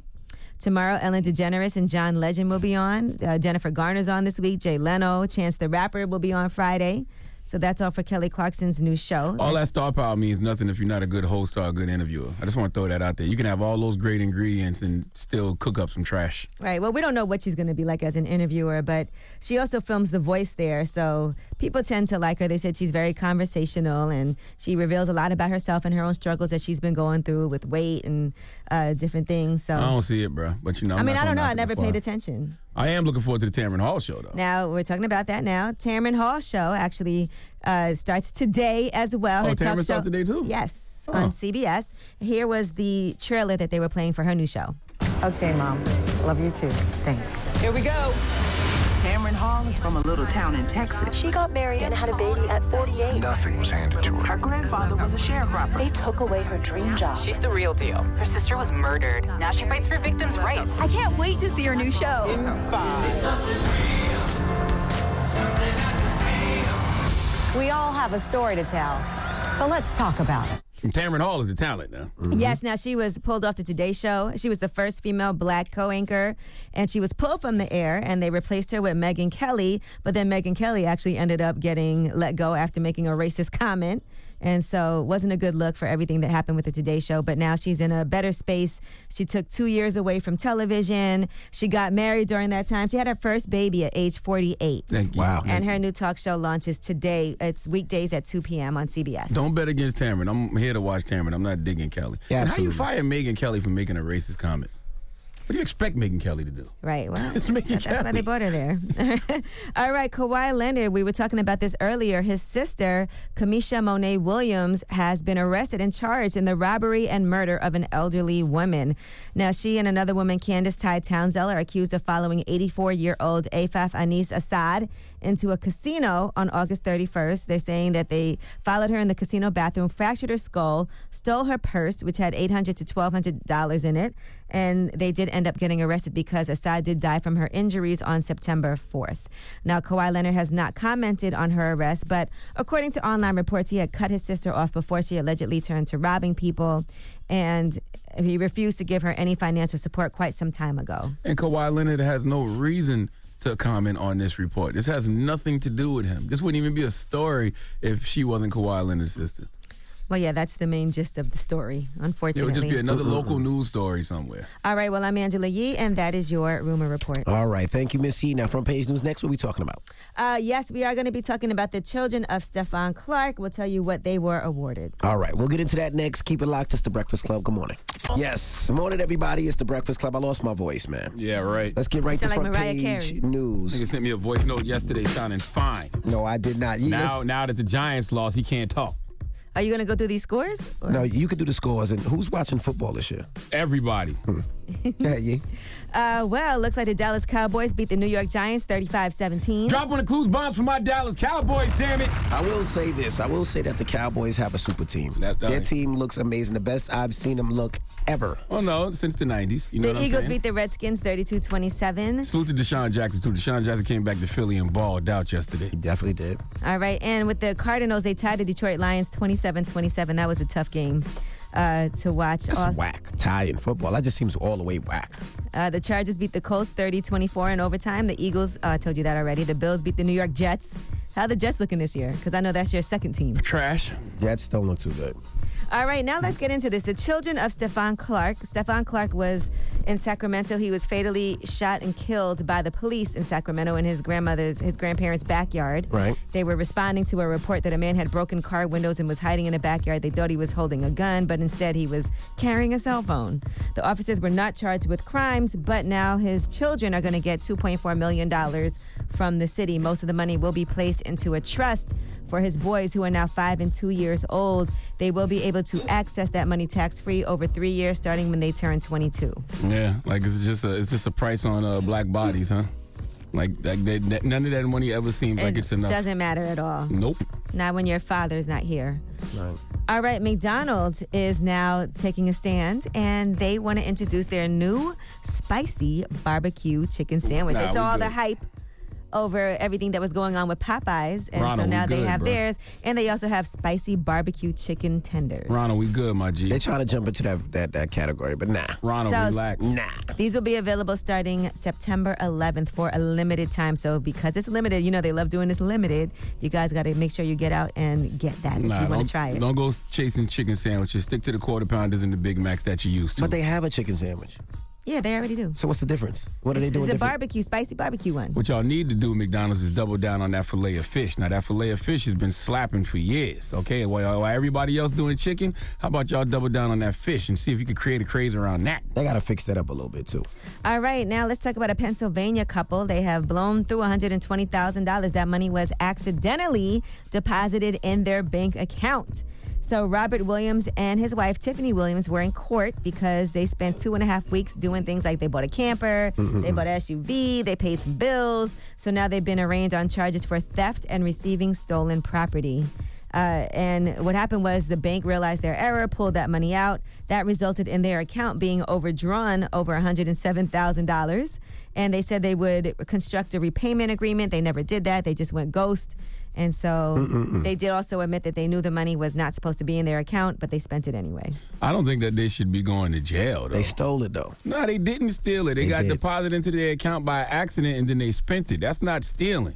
S9: Tomorrow, Ellen DeGeneres and John Legend will be on. Uh, Jennifer Garner's on this week. Jay Leno, Chance the Rapper will be on Friday. So that's all for Kelly Clarkson's new show.
S10: All that star power means nothing if you're not a good host or a good interviewer. I just want to throw that out there. You can have all those great ingredients and still cook up some trash.
S9: Right. Well, we don't know what she's going to be like as an interviewer, but she also films The Voice there, so people tend to like her. They said she's very conversational and she reveals a lot about herself and her own struggles that she's been going through with weight and uh, different things. So,
S10: I don't see it, bro. But you know,
S9: I
S10: I'm
S9: mean,
S10: not
S9: I don't
S10: gonna
S9: know.
S10: knock
S9: I
S10: it
S9: never
S10: before
S9: paid attention.
S10: I am looking forward to the Tamron Hall show, though.
S9: Now we're talking about that now. Tamron Hall show actually uh, starts today as well.
S10: Oh,
S9: Her talk
S10: Tamron starts
S9: show-
S10: today, too?
S9: Yes,
S10: Oh.
S9: on CBS. Here was the trailer that they were playing for her new show.
S17: Okay, Mom. Love you too. Thanks. Here we go. Cameron Hall is from a little town in Texas. She got married and had a baby at 48.
S18: Nothing was handed to her.
S17: Her grandfather was a sharecropper. They took away her dream job.
S18: She's the real deal.
S17: Her sister was murdered. Now she fights for victims' rights. I can't wait to see her new show.
S19: We all have a story to tell, so let's talk about it.
S10: And Tamron Hall is a talent now.
S7: Mm-hmm.
S9: Yes, now she was pulled off the Today Show. She was the first female black co anchor, and she was pulled from the air, and they replaced her with Megan Kelly. But then Megan Kelly actually ended up getting let go after making a racist comment. And so wasn't a good look for everything that happened with the Today Show, but now she's in a better space. She took two years away from television. She got married during that time. She had her first baby at age 48.
S10: Thank you. Wow.
S9: And her new talk show launches today. It's weekdays at 2 p.m. on CBS.
S10: Don't bet against Tamron. I'm here to watch Tamron. I'm not digging Kelly.
S7: Yeah,
S10: and how you
S7: absolutely.
S10: fire Megan Kelly for making a racist comment? What do you expect Megan Kelly to do?
S9: Right. Well, that's why they bought her there. (laughs) All right, Kawhi Leonard. We were talking about this earlier. His sister, Kamisha Monet Williams, has been arrested and charged in the robbery and murder of an elderly woman. Now, she and another woman, Candace Ty Townsell, are accused of following 84-year-old Afaf Anis Assad into a casino on August 31st. They're saying that they followed her in the casino bathroom, fractured her skull, stole her purse, which had 800 to 1,200 dollars in it, and they did end up getting arrested because Assad did die from her injuries on September 4th. Now, Kawhi Leonard has not commented on her arrest, but according to online reports, he had cut his sister off before she allegedly turned to robbing people, and he refused to give her any financial support quite some time ago.
S10: And Kawhi Leonard has no reason to comment on this report. This has nothing to do with him. This wouldn't even be a story if she wasn't Kawhi Leonard's sister.
S9: Well, yeah, that's the main gist of the story,
S10: It
S9: unfortunately.
S10: would just be another local news story somewhere.
S9: All right, well, I'm Angela Yee, and that is your rumor report.
S7: All right. Thank you, Miss E. Now, front page news. Next, what we talking about?
S9: Uh, yes, we are going to be talking about the children of Stefan Clark. We'll tell you what they were awarded.
S7: All right, we'll get into that next. Keep it locked. It's the Breakfast Club. Good morning. Yes, morning, everybody. It's the Breakfast Club. I lost my voice, man.
S10: Yeah, right.
S7: Let's get right to front page news.
S10: Nigga sent me a voice note yesterday sounding fine.
S7: No, I did not.
S10: Now, now that the Giants lost, he can't talk.
S9: Are you going to go through these scores? Or-
S7: No, you could do the scores. And who's watching football this year? Hmm.
S10: Everybody.
S7: yeah, you.
S9: Uh, well, looks like the Dallas Cowboys beat the New York Giants 35 17.
S10: Drop on the clues bombs for my Dallas Cowboys, damn it.
S7: I will say this. I will say that the Cowboys have a super team. Their team looks amazing. The best I've seen them look ever.
S10: Well, Oh, no, since the 90s. You know
S9: the
S10: what I'm
S9: Eagles
S10: saying?
S9: beat the Redskins 32 27.
S10: Salute to Deshaun Jackson, too. Deshaun Jackson came back to Philly and balled out yesterday. He
S7: definitely did.
S9: All right, and with the Cardinals, they tied the Detroit Lions 27 27. That was a tough game uh, to watch.
S7: That's
S9: Also-
S7: whack. Tie in football. That just seems all the way whack.
S9: Uh, the Chargers beat the Colts 30 24 in overtime. The Eagles, uh, I told you that already. The Bills beat the New York Jets. How the Jets looking this year? Because I know that's your second team.
S10: Trash.
S7: Jets don't look too good.
S9: All right, now let's get into this. The children of Stefan Clark. Stefan Clark was in Sacramento. He was fatally shot and killed by the police in Sacramento in his grandmother's, his grandparents' backyard.
S7: Right.
S9: They were responding to a report that a man had broken car windows and was hiding in a backyard. They thought he was holding a gun, but instead he was carrying a cell phone. The officers were not charged with crimes, but now his children are going to get $2.4 million from the city. Most of the money will be placed into a trust for his boys who are now five and two years old. They will be able to access that money tax free over three years starting when they turn 22.
S10: Yeah, like it's just a it's just a price on uh, black bodies, huh? Like, like they, that- none of that money ever seems like it's enough.
S9: Doesn't matter at all.
S10: Nope.
S9: Not when your father's not here.
S10: Right.
S9: All right, McDonald's is now taking a stand and they want to introduce their new spicy barbecue chicken sandwich.
S17: Nah,
S9: I
S17: we
S9: saw all the
S17: good.
S9: hype over everything that was going on with Popeyes, and
S10: Ronald,
S9: so
S10: we
S9: now they
S10: good,
S9: have
S10: bruh.
S9: theirs, and they also have spicy barbecue chicken tenders.
S10: Ronald, we good, my G. They
S7: trying to jump into that that, that category, but nah.
S10: Ronald,
S9: So-
S10: relax.
S7: Nah.
S9: These will be available starting September 11th for a limited time. So because it's limited, you know they love doing this limited. You guys got to make sure you get out and get that if
S10: Nah,
S9: you want
S10: don't,
S9: to try it.
S10: don't go chasing chicken sandwiches. Stick to the quarter pounders and the Big Macs that you used to. But
S7: they have a chicken sandwich.
S9: Yeah, they already do.
S7: So what's the difference? What are they
S9: It's
S7: doing
S9: a
S7: different?
S9: barbecue, spicy barbecue one.
S10: What y'all need to do, McDonald's, is double down on that filet of fish. Now that filet of fish has been slapping for years. Okay, while, while everybody else doing chicken, how about y'all double down on that fish and see if you can create a craze around that?
S7: They gotta fix that up a little bit too.
S9: All right, now let's talk about a Pennsylvania couple. They have blown through $120,000. That money was accidentally deposited in their bank account. So, Robert Williams and his wife, Tiffany Williams, were in court because they spent two and a half weeks doing things like they bought a camper,
S17: Mhm.
S9: they bought an SUV, they paid some bills. So now they've been arraigned on charges for theft and receiving stolen property. Uh, and what happened was the bank realized their error, pulled that money out. That resulted in their account being overdrawn over $107,000. And they said they would construct a repayment agreement. They never did that, they just went ghost. And so
S10: Mm-mm-mm.
S9: they did also admit that they knew the money was not supposed to be in their account, but they spent it anyway.
S10: I don't think that they should be going to jail. Though. They
S7: stole it though.
S10: No, they didn't steal it. They, got deposited into their account by accident and then they spent it. That's not stealing.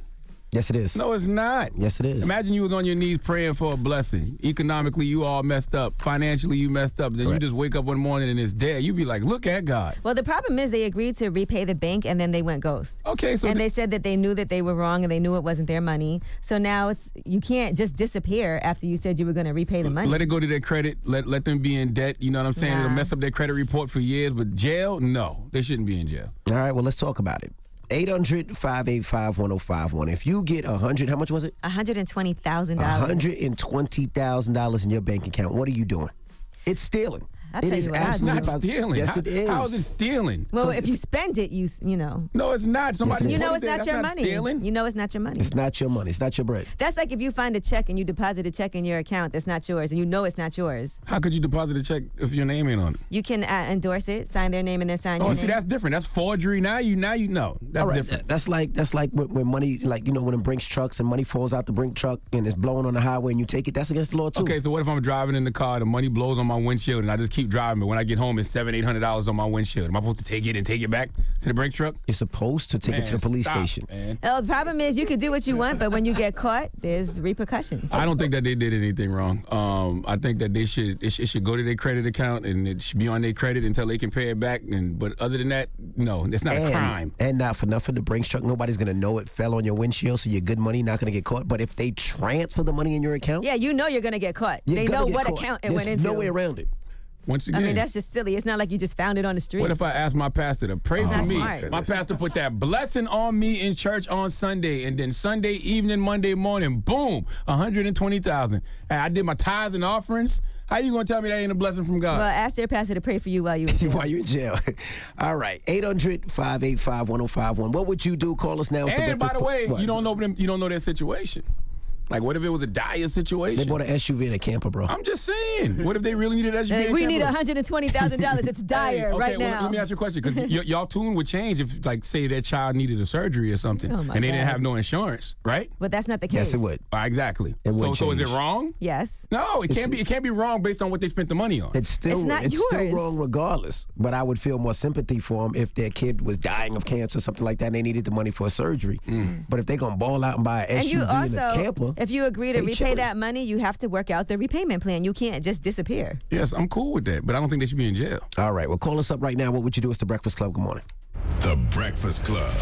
S7: Yes, it is.
S10: No, it's not.
S7: Yes, it is.
S10: Imagine you was on your knees praying for a blessing. Economically, you all messed up. Financially, you messed up. Then you just wake up one morning and it's there. You be like, look at God.
S9: Well, the problem is they agreed to repay the bank and then they went ghost.
S10: Okay, so
S9: and
S10: th-
S9: they said that they knew that they were wrong and they knew it wasn't their money. So now it's you can't just disappear after you said you were going to repay the money.
S10: Let it go to their credit. Let let them be in debt. You know what I'm saying? It'll
S9: Nah.
S10: mess up their credit report for years. But jail? No, they shouldn't be in jail.
S7: All right, well let's talk about it. 800-585-1051. If you get a hundred, how much was it?
S9: $120,000.
S7: $120,000 in your bank account. What are you doing? It's stealing.
S9: I'll
S7: It
S9: tell
S7: is
S9: you what I
S7: absolutely
S9: do.
S7: about-
S10: stealing.
S7: Yes,
S10: How-
S7: it is.
S10: How is it stealing?
S9: Well, if you spend it, you s- you know.
S10: No, it's not. Somebody
S9: you know
S10: broke
S9: it's
S10: that.
S9: not
S10: That's
S9: your
S10: not
S9: money.
S10: stealing.
S9: You know it's not your money.
S7: It's not your money. It's not your bread.
S9: That's like if you find a check and you deposit a check in your account that's not yours, and you know it's not yours.
S10: How could you deposit a check if your name ain't on it?
S9: You can uh, endorse it, sign their name, and then sign
S10: Oh,
S9: your
S10: see,
S9: name.
S10: that's different. That's forgery. Now you, now you know. That's
S7: All right,
S10: different.
S7: th- That's like that's like when, when money, like you know, when it brings trucks and money falls out the brink truck and it's blowing on the highway and you take it. That's against the law too.
S10: Okay, so what if I'm driving in the car, the money blows on my windshield, and I just keep driving, but when I get home, it's seven, eight hundred dollars on my windshield. Am I supposed to take it and take it back to the brake truck?
S7: You're supposed to take it to the police station.
S10: Man.
S9: Oh, the problem is you can do what you want, but when you get caught, there's repercussions.
S10: I don't think that they did anything wrong. Um, I think that they should it, sh- it should go to their credit account and it should be on their credit until they can pay it back. And but other than that, no, it's not
S7: and,
S10: a crime.
S7: And not for nothing, the Brinks truck, nobody's gonna know it fell on your windshield, so your good money not gonna get caught. But if they transfer the money in your account, (laughs)
S9: Yeah, you know you're gonna get caught.
S7: Oh. you're
S9: they
S7: gonna
S9: know
S7: get
S9: what
S7: caught.
S9: account it
S7: There's
S9: went into.
S7: No way around it.
S10: Once
S9: I
S10: again,
S9: mean, that's just silly. It's not like you just found it on the street.
S10: What if I ask my pastor to pray
S9: It's
S10: for
S9: not
S10: me?
S9: smart.
S10: My pastor put that blessing on me in church on Sunday, and then Sunday evening, Monday morning, boom, one hundred and twenty thousand. And I did my tithes and offerings. How you gonna tell me that ain't a blessing from God?
S9: well, ask their pastor to pray for you while
S7: (laughs)
S9: you.
S7: uh, While you're in jail. All right, 800 585 1051. What would you do? Call us now. It's
S10: and by
S7: Breakfast
S10: the
S7: Club.
S10: way,
S7: What?
S10: you don't know them. You don't know their situation. Like, what if it was a dire situation?
S7: They bought an SUV and a camper, bro.
S10: I'm just saying. What if they really needed SUV?
S9: Hey,
S10: and
S9: we need
S10: camera?
S9: hundred and twenty thousand dollars.
S7: (laughs)
S9: It's dire
S10: Hey, okay,
S9: right
S10: well,
S9: now.
S10: Let me ask you
S9: (laughs)
S10: a question because y'all tune would change if, like, say that child needed a surgery or something,
S9: Oh,
S10: and
S9: my
S10: they didn't
S9: God.
S10: have no insurance, right?
S9: but that's not the case.
S10: Uh, exactly.
S7: It
S10: so,
S7: would
S10: so is it
S7: change.
S10: wrong?
S9: Yes.
S10: No, it
S7: It's-
S10: can't be. It can't be wrong based on what they spent the money on.
S7: It's still
S10: It's not
S7: it's still
S10: yours.
S7: wrong regardless. But I would feel more sympathy for them if their kid was dying of cancer or something like that and they needed the money for a surgery.
S10: Mm.
S7: But if they're gonna ball out and buy an
S9: And
S7: SUV
S9: you
S7: and a camper,
S9: also, if you agree to
S7: they
S9: repay
S7: chilling.
S9: that money, you have to work out the repayment plan. You can't just disappear.
S10: Yes, I'm cool with that, but I don't think they should be in jail.
S7: All right, well, call us up right now. What would you do? It's the Breakfast Club. Good morning.
S3: The Breakfast Club.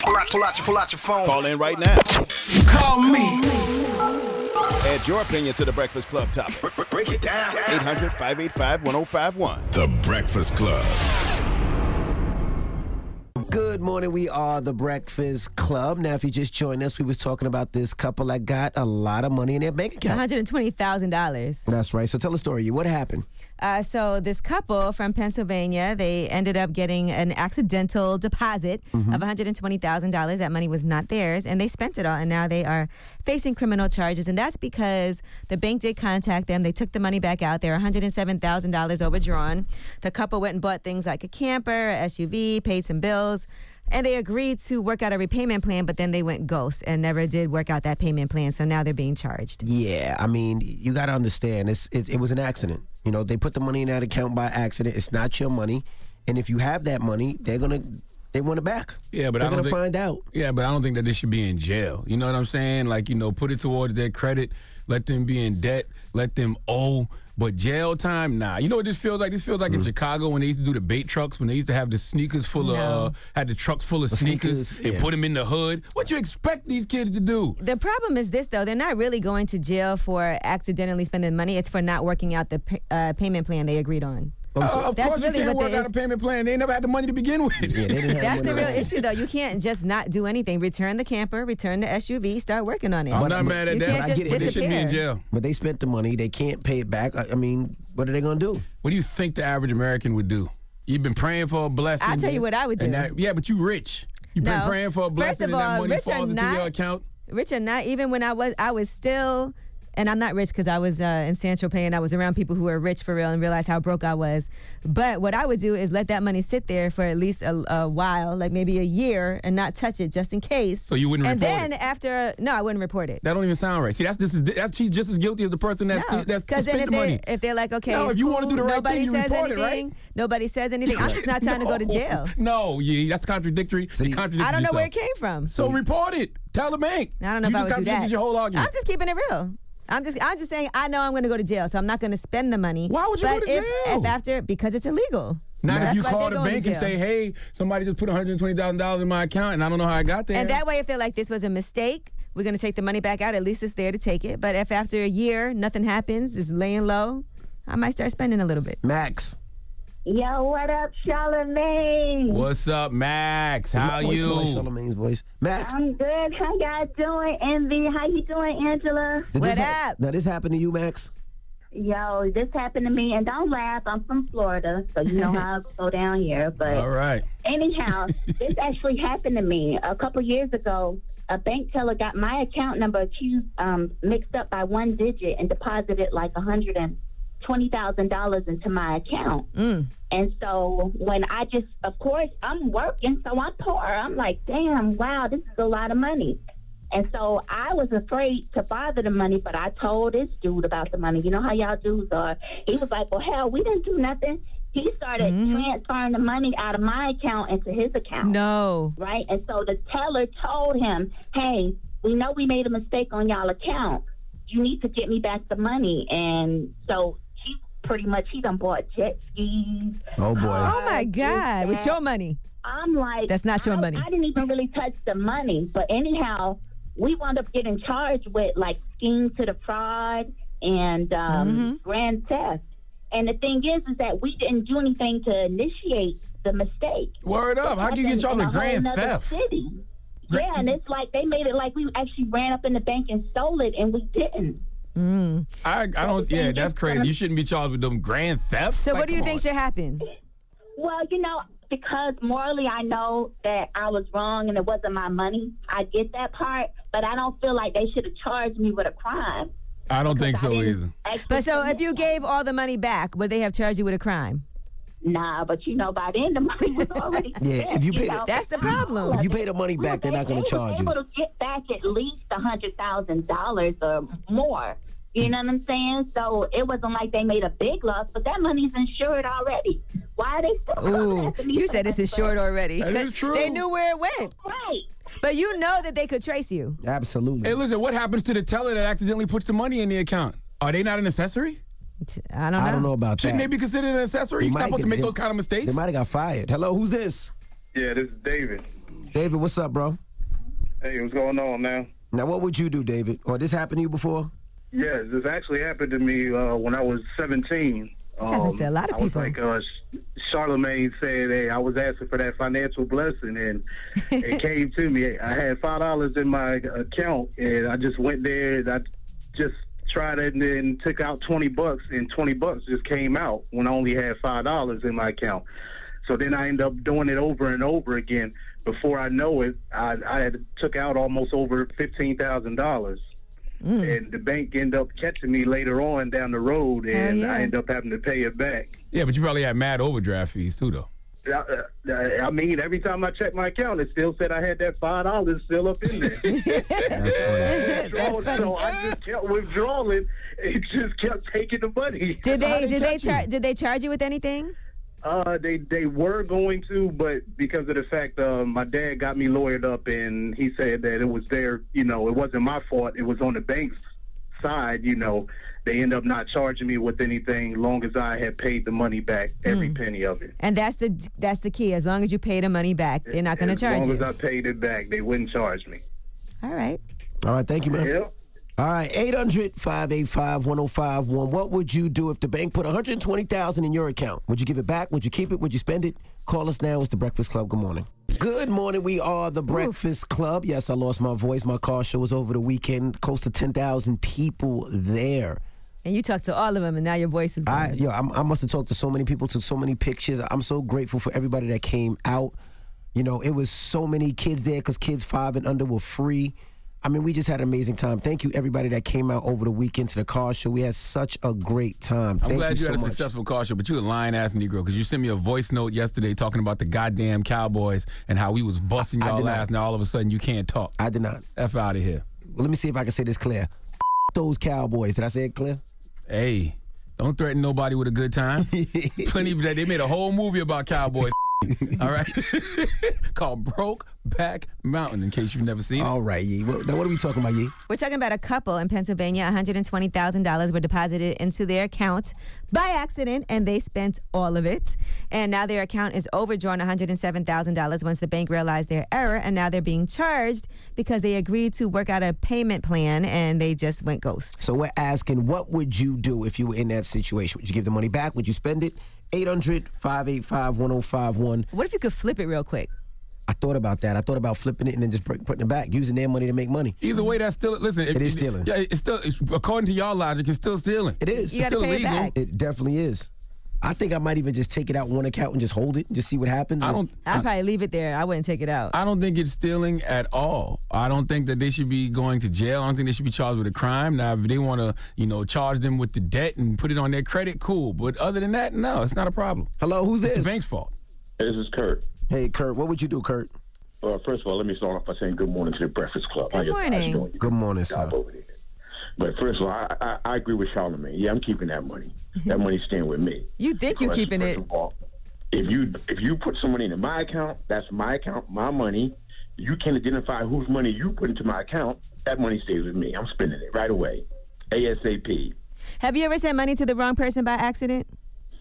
S2: Pull out, pull out, your- pull out your phone.
S3: Call in right now.
S2: Call me.
S3: Add your opinion to the Breakfast Club topic.
S2: Break it down.
S3: 800 585 1051. The Breakfast Club.
S7: Good morning. We are the Breakfast Club. Now, if you just joined us, we was talking about this couple that got a lot of money in their bank
S9: One
S7: account.
S9: hundred and twenty thousand dollars.
S7: That's right. So tell a story. You what happened?
S9: Uh, so this couple from Pennsylvania, they ended up getting an accidental deposit
S7: Mhm.
S9: of $120,000. That money was not theirs, and they spent it all. And now they are facing criminal charges, and that's because the bank did contact them. They took the money back out. They're $107,000 overdrawn. The couple went and bought things like a camper, a SUV, paid some bills. And they agreed to work out a repayment plan, but then they went ghost and never did work out that payment plan. So now they're being charged.
S7: Yeah, I mean, you got to understand, it's it, it was an accident. You know, they put the money in that account by accident. It's not your money, and if you have that money, they're gonna they want it back.
S10: Yeah, but
S7: they're
S10: I don't
S7: gonna
S10: think,
S7: find out.
S10: Yeah, but I don't think that they should be in jail. You know what I'm saying? Like, you know, put it towards their credit. Let them be in debt. Let them owe. But jail time, nah. You know what this feels like? This feels like in
S7: Mm.
S10: Chicago when they used to do the bait trucks, when they used to have the sneakers full of, uh, had the trucks full of
S7: The
S10: sneakers,
S7: sneakers,
S10: and
S7: yeah.
S10: put them in the hood. What you expect these kids to do?
S9: The problem is this, though. They're not really going to jail for accidentally spending money. It's for not working out the p- uh, payment plan they agreed on.
S20: Oh,
S10: Uh, of
S9: That's
S10: course,
S9: really
S10: you can't
S9: what
S10: work
S9: the
S10: out a payment plan. They ain't never had the money to begin with. Yeah,
S7: they didn't
S9: That's the real issue, though. You can't just not do anything. Return the camper, return the SUV, start working on it. you Can't just
S7: But they-
S9: disappear.
S7: But they spent the money. They can't pay it back. I, I mean, what are they gonna do?
S10: What do you think the average American would do? You've been praying for a blessing.
S9: I'll tell you what I would
S10: and
S9: do.
S10: that- yeah, but you rich. You've been
S9: No.
S10: praying for a
S9: First
S10: blessing,
S9: of
S10: and that
S9: all,
S10: money
S9: rich or
S10: falls into your
S9: not-
S10: account.
S9: Rich or not, even when I was, I was still, and I'm not rich because I was uh, in San Tropez and I was around people who were rich for real and realized how broke I was. But what I would do is let that money sit there for at least a, a while, like maybe a year, and not touch it just in case.
S10: So you wouldn't
S9: And
S10: report
S9: then after, no, I wouldn't report it.
S10: That don't even sound right. See, that's this is that's she's just as guilty as the person that's
S9: No,
S10: that's
S9: because then
S10: spent
S9: if
S10: the
S9: they
S10: money.
S9: if they're like okay,
S10: No,
S9: it's
S10: if you wanna
S9: cool,
S10: do the right
S9: nobody
S10: thing, you
S9: says
S10: report it,
S9: anything.
S10: right?
S9: Nobody says
S10: (laughs)
S9: anything. I'm just not trying to go to jail.
S10: No, yeah, that's contradictory. See,
S9: I don't know where it came from.
S10: So report it. Tell the bank.
S9: I don't know
S10: you
S9: if I would
S10: just
S9: do
S10: contradicted
S9: that.
S10: your whole argument.
S9: I'm just keeping it real. I'm just I'm just saying I know I'm going to go to jail, so I'm not going to spend the money.
S10: Why would you
S9: but
S10: go to
S9: if,
S10: jail?
S9: If after because it's illegal.
S10: not if
S9: That's
S10: you
S9: why
S10: call
S9: they're
S10: the
S9: going to
S10: bank and
S9: jail.
S10: say, "Hey, somebody just put one hundred twenty thousand dollars in my account, and I don't know how I got there."
S9: And that way, if they're like, this was a mistake, we're going to take the money back out. At least it's there to take it. But if after a year nothing happens, it's laying low, I might start spending a little bit.
S7: Max.
S21: Yo, what up, Charlemagne?
S10: What's up, Max? How
S7: Voice
S10: you?
S7: noise, Charlamagne's voice. Max.
S21: I'm good. How y'all doing, Envy? How you doing, Angela?
S7: did this hap- now this happened to you, Max?
S21: Yo, this happened to me, and don't laugh. I'm from Florida, so you know how I go down here. But
S7: All right. (laughs)
S21: anyhow, this actually happened to me a couple years ago. A bank teller got my account number accused, um, mixed up by one digit and deposited like a hundred and twenty thousand dollars into my account. And so when I just, of course, I'm working, so I'm poor. I'm like, damn, wow, this is a lot of money. And so I was afraid to bother the money, but I told this dude about the money. You know how y'all dudes are. He was like, well, hell, we didn't do nothing. He started transferring the money out of my account into his account.
S9: No.
S21: Right? And so the teller told him, hey, we know we made a mistake on y'all account. You need to get me back the money. And so he pretty much, he done bought jet skis.
S7: Oh boy.
S9: Oh my
S21: Is
S9: God! With
S21: that-
S9: your money.
S21: I'm like,
S9: That's not your
S21: I-
S9: money.
S21: I didn't even really touch the money, but anyhow, we wound up getting charged with like scheme to the fraud and um,
S9: Mm-hmm.
S21: grand theft. And the thing is, is that we didn't do anything to initiate the mistake.
S10: Word up.
S21: It
S10: How can you get
S21: happened in
S10: charged with
S21: a whole
S10: grand
S21: nother
S10: theft?
S21: City. Yeah, and it's like they made it like we actually ran up in the bank and stole it, and we didn't.
S10: I, I don't. Yeah, that's crazy. You shouldn't be charged with them grand theft.
S21: So
S10: Like,
S21: what do you
S10: come
S21: think
S10: on.
S9: should happen?
S21: Well, you know, because morally I know that I was wrong and it wasn't my money. I get that part, but I don't feel like they should have charged me with a crime.
S10: I don't think so either.
S9: But so if you gave all the money back, would they have charged you with a crime?
S21: Nah, but you know, by then the money was (laughs) already.
S7: Yeah, if you pay the-
S9: that's the problem.
S7: If you pay the money back, they're not going to charge you.
S21: able to get back at least a hundred thousand dollars or more. You know what I'm saying? So it wasn't like they made a big loss, but that money's insured already. Why are they still coming
S9: Ooh,
S21: after me
S9: you
S21: for
S9: said
S21: that?
S9: it's insured already.
S21: That is
S9: 'Cause
S21: true.
S9: They knew where it went.
S21: Right.
S9: But you know that they could trace you.
S7: Absolutely.
S10: Hey, listen. What happens to the teller that accidentally puts the money in the account? Are they not an accessory?
S9: I don't
S7: I don't know about
S10: Shouldn't
S7: that.
S10: they be considered an accessory?
S7: They
S10: You're
S7: might
S10: not supposed to
S7: get-
S10: make
S7: they-
S10: those kind of mistakes.
S7: They might have got fired. Hello, who's this?
S13: Yeah, this is David.
S7: David, what's up, bro?
S13: Hey, what's going on, man?
S7: Now, what would you do, David? Or this happened to you before?
S13: Yes, this actually happened to me uh, when I was 17.
S9: This happens to a lot of
S13: I was
S9: people.
S13: like uh, Sh- Charlemagne said, hey, I was asking for that financial blessing, and
S9: (laughs)
S13: it came to me. I had five dollars in my account, and I just went there and I just tried it, and then took out twenty bucks, and twenty bucks just came out when I only had five dollars in my account. So then I end up doing it over and over again. Before I know it, I, I had took out almost over fifteen thousand dollars
S9: Mm.
S13: and the bank end up catching me later on down the road, and I end up having to pay it back.
S10: Yeah, but you probably had mad overdraft fees too, though.
S13: I, uh, I mean, every time I check my account, it still said I had that five dollars still up in there.
S9: (laughs)
S13: so, so I just kept withdrawing. It just kept taking the money. (laughs)
S9: Did they did they char- did they charge you with anything?
S13: Uh, they they were going to, but because of the fact uh, my dad got me lawyered up, and he said that it was their, you know, it wasn't my fault. It was on the bank's side, you know. They end up not charging me with anything, long as I had paid the money back,
S9: Hmm.
S13: every penny of it.
S9: And that's the that's the key. As long as you pay the money back, they're not going to
S13: as
S9: charge
S13: long
S9: you.
S13: as I paid it back, they wouldn't charge me.
S9: All right.
S7: All right, thank you, man.
S13: Yep.
S7: All right, 800 585 1051. What would you do if the bank put 120000 in your account? Would you give it back? Would you keep it? Would you spend it? Call us now. It's The Breakfast Club. Good morning. Good morning. We are The Breakfast Club. Yes, I lost my voice. My car show was over the weekend. Close to 10,000 people there.
S9: And you talked to all of them, and now your voice is gone.
S7: I, yo, I'm- I must have talked to so many people, took so many pictures. I'm so grateful for everybody that came out. You know, it was so many kids there because kids five and under were free. I mean, we just had an amazing time. Thank you, everybody that came out over the weekend to the car show. We had such a great time.
S10: I'm
S7: Thank
S10: glad you,
S7: you, so
S10: had a
S7: much.
S10: successful car show, but you a lying ass Negro because you sent me a voice note yesterday talking about the goddamn Cowboys and how we was busting
S7: I- I
S10: y'all
S7: did not.
S10: ass. Now all of a sudden you can't talk.
S7: I did not.
S10: F out of here.
S7: Well, let me see if I can say this clear. Those Cowboys. Did I say it clear?
S10: Hey, don't threaten nobody with a
S7: (laughs)
S10: good time. Plenty of that. They made a whole movie about Cowboys. (laughs) all right, called Broke Back Mountain. In case you've never seen it.
S7: All right, Yee. What- now, what are we talking about, Yee?
S9: We're talking about a couple in Pennsylvania. $120,000 were deposited into their account by accident, and they spent all of it. And now their account is overdrawn $107,000 once the bank realized their error, and now they're being charged because they agreed to work out a payment plan and they just went ghost.
S7: So we're asking, what would you do if you were in that situation? Would you give the money back? Would you spend it? 800 585 1051.
S9: What if you could flip it real quick?
S7: I thought about that. I thought about flipping it and then just put- putting it back, using their money to make money.
S10: Either way, that's still listen.
S7: It is stealing.
S10: Yeah, it's still it's, according to y'all logic, it's still stealing.
S7: It is.
S10: It's still illegal.
S7: It definitely is. I think I might even just take it out one account and just hold it and just see what happens. I don't.
S9: I'd probably leave it there. I wouldn't take it out.
S10: I don't think it's stealing at all. I don't think that they should be going to jail. I don't think they should be charged with a crime. Now, if they want to, you know, charge them with the debt and put it on their credit, cool. But other than that, no, it's not a problem.
S7: Hello, who's
S10: this? the bank's fault.
S20: This is Kurt.
S7: Hey, Kurt, what would you do, Kurt?
S20: Well, first of all, let me start off by saying good morning to the Breakfast Club. How
S7: Good
S20: you guys
S7: morning.
S20: doing?
S7: Good morning,
S20: Job over there. But first of all, I, I, I agree with Charlemagne. Yeah, I'm keeping that money. That money's staying with me.
S9: You think you're
S20: First-
S9: keeping it.
S20: first of all, If you if you put some money into my account, that's my account, my money. You can identify whose money you put into my account. That money stays with me. I'm spending it right away, ASAP.
S9: Have you ever sent money to the wrong person by accident?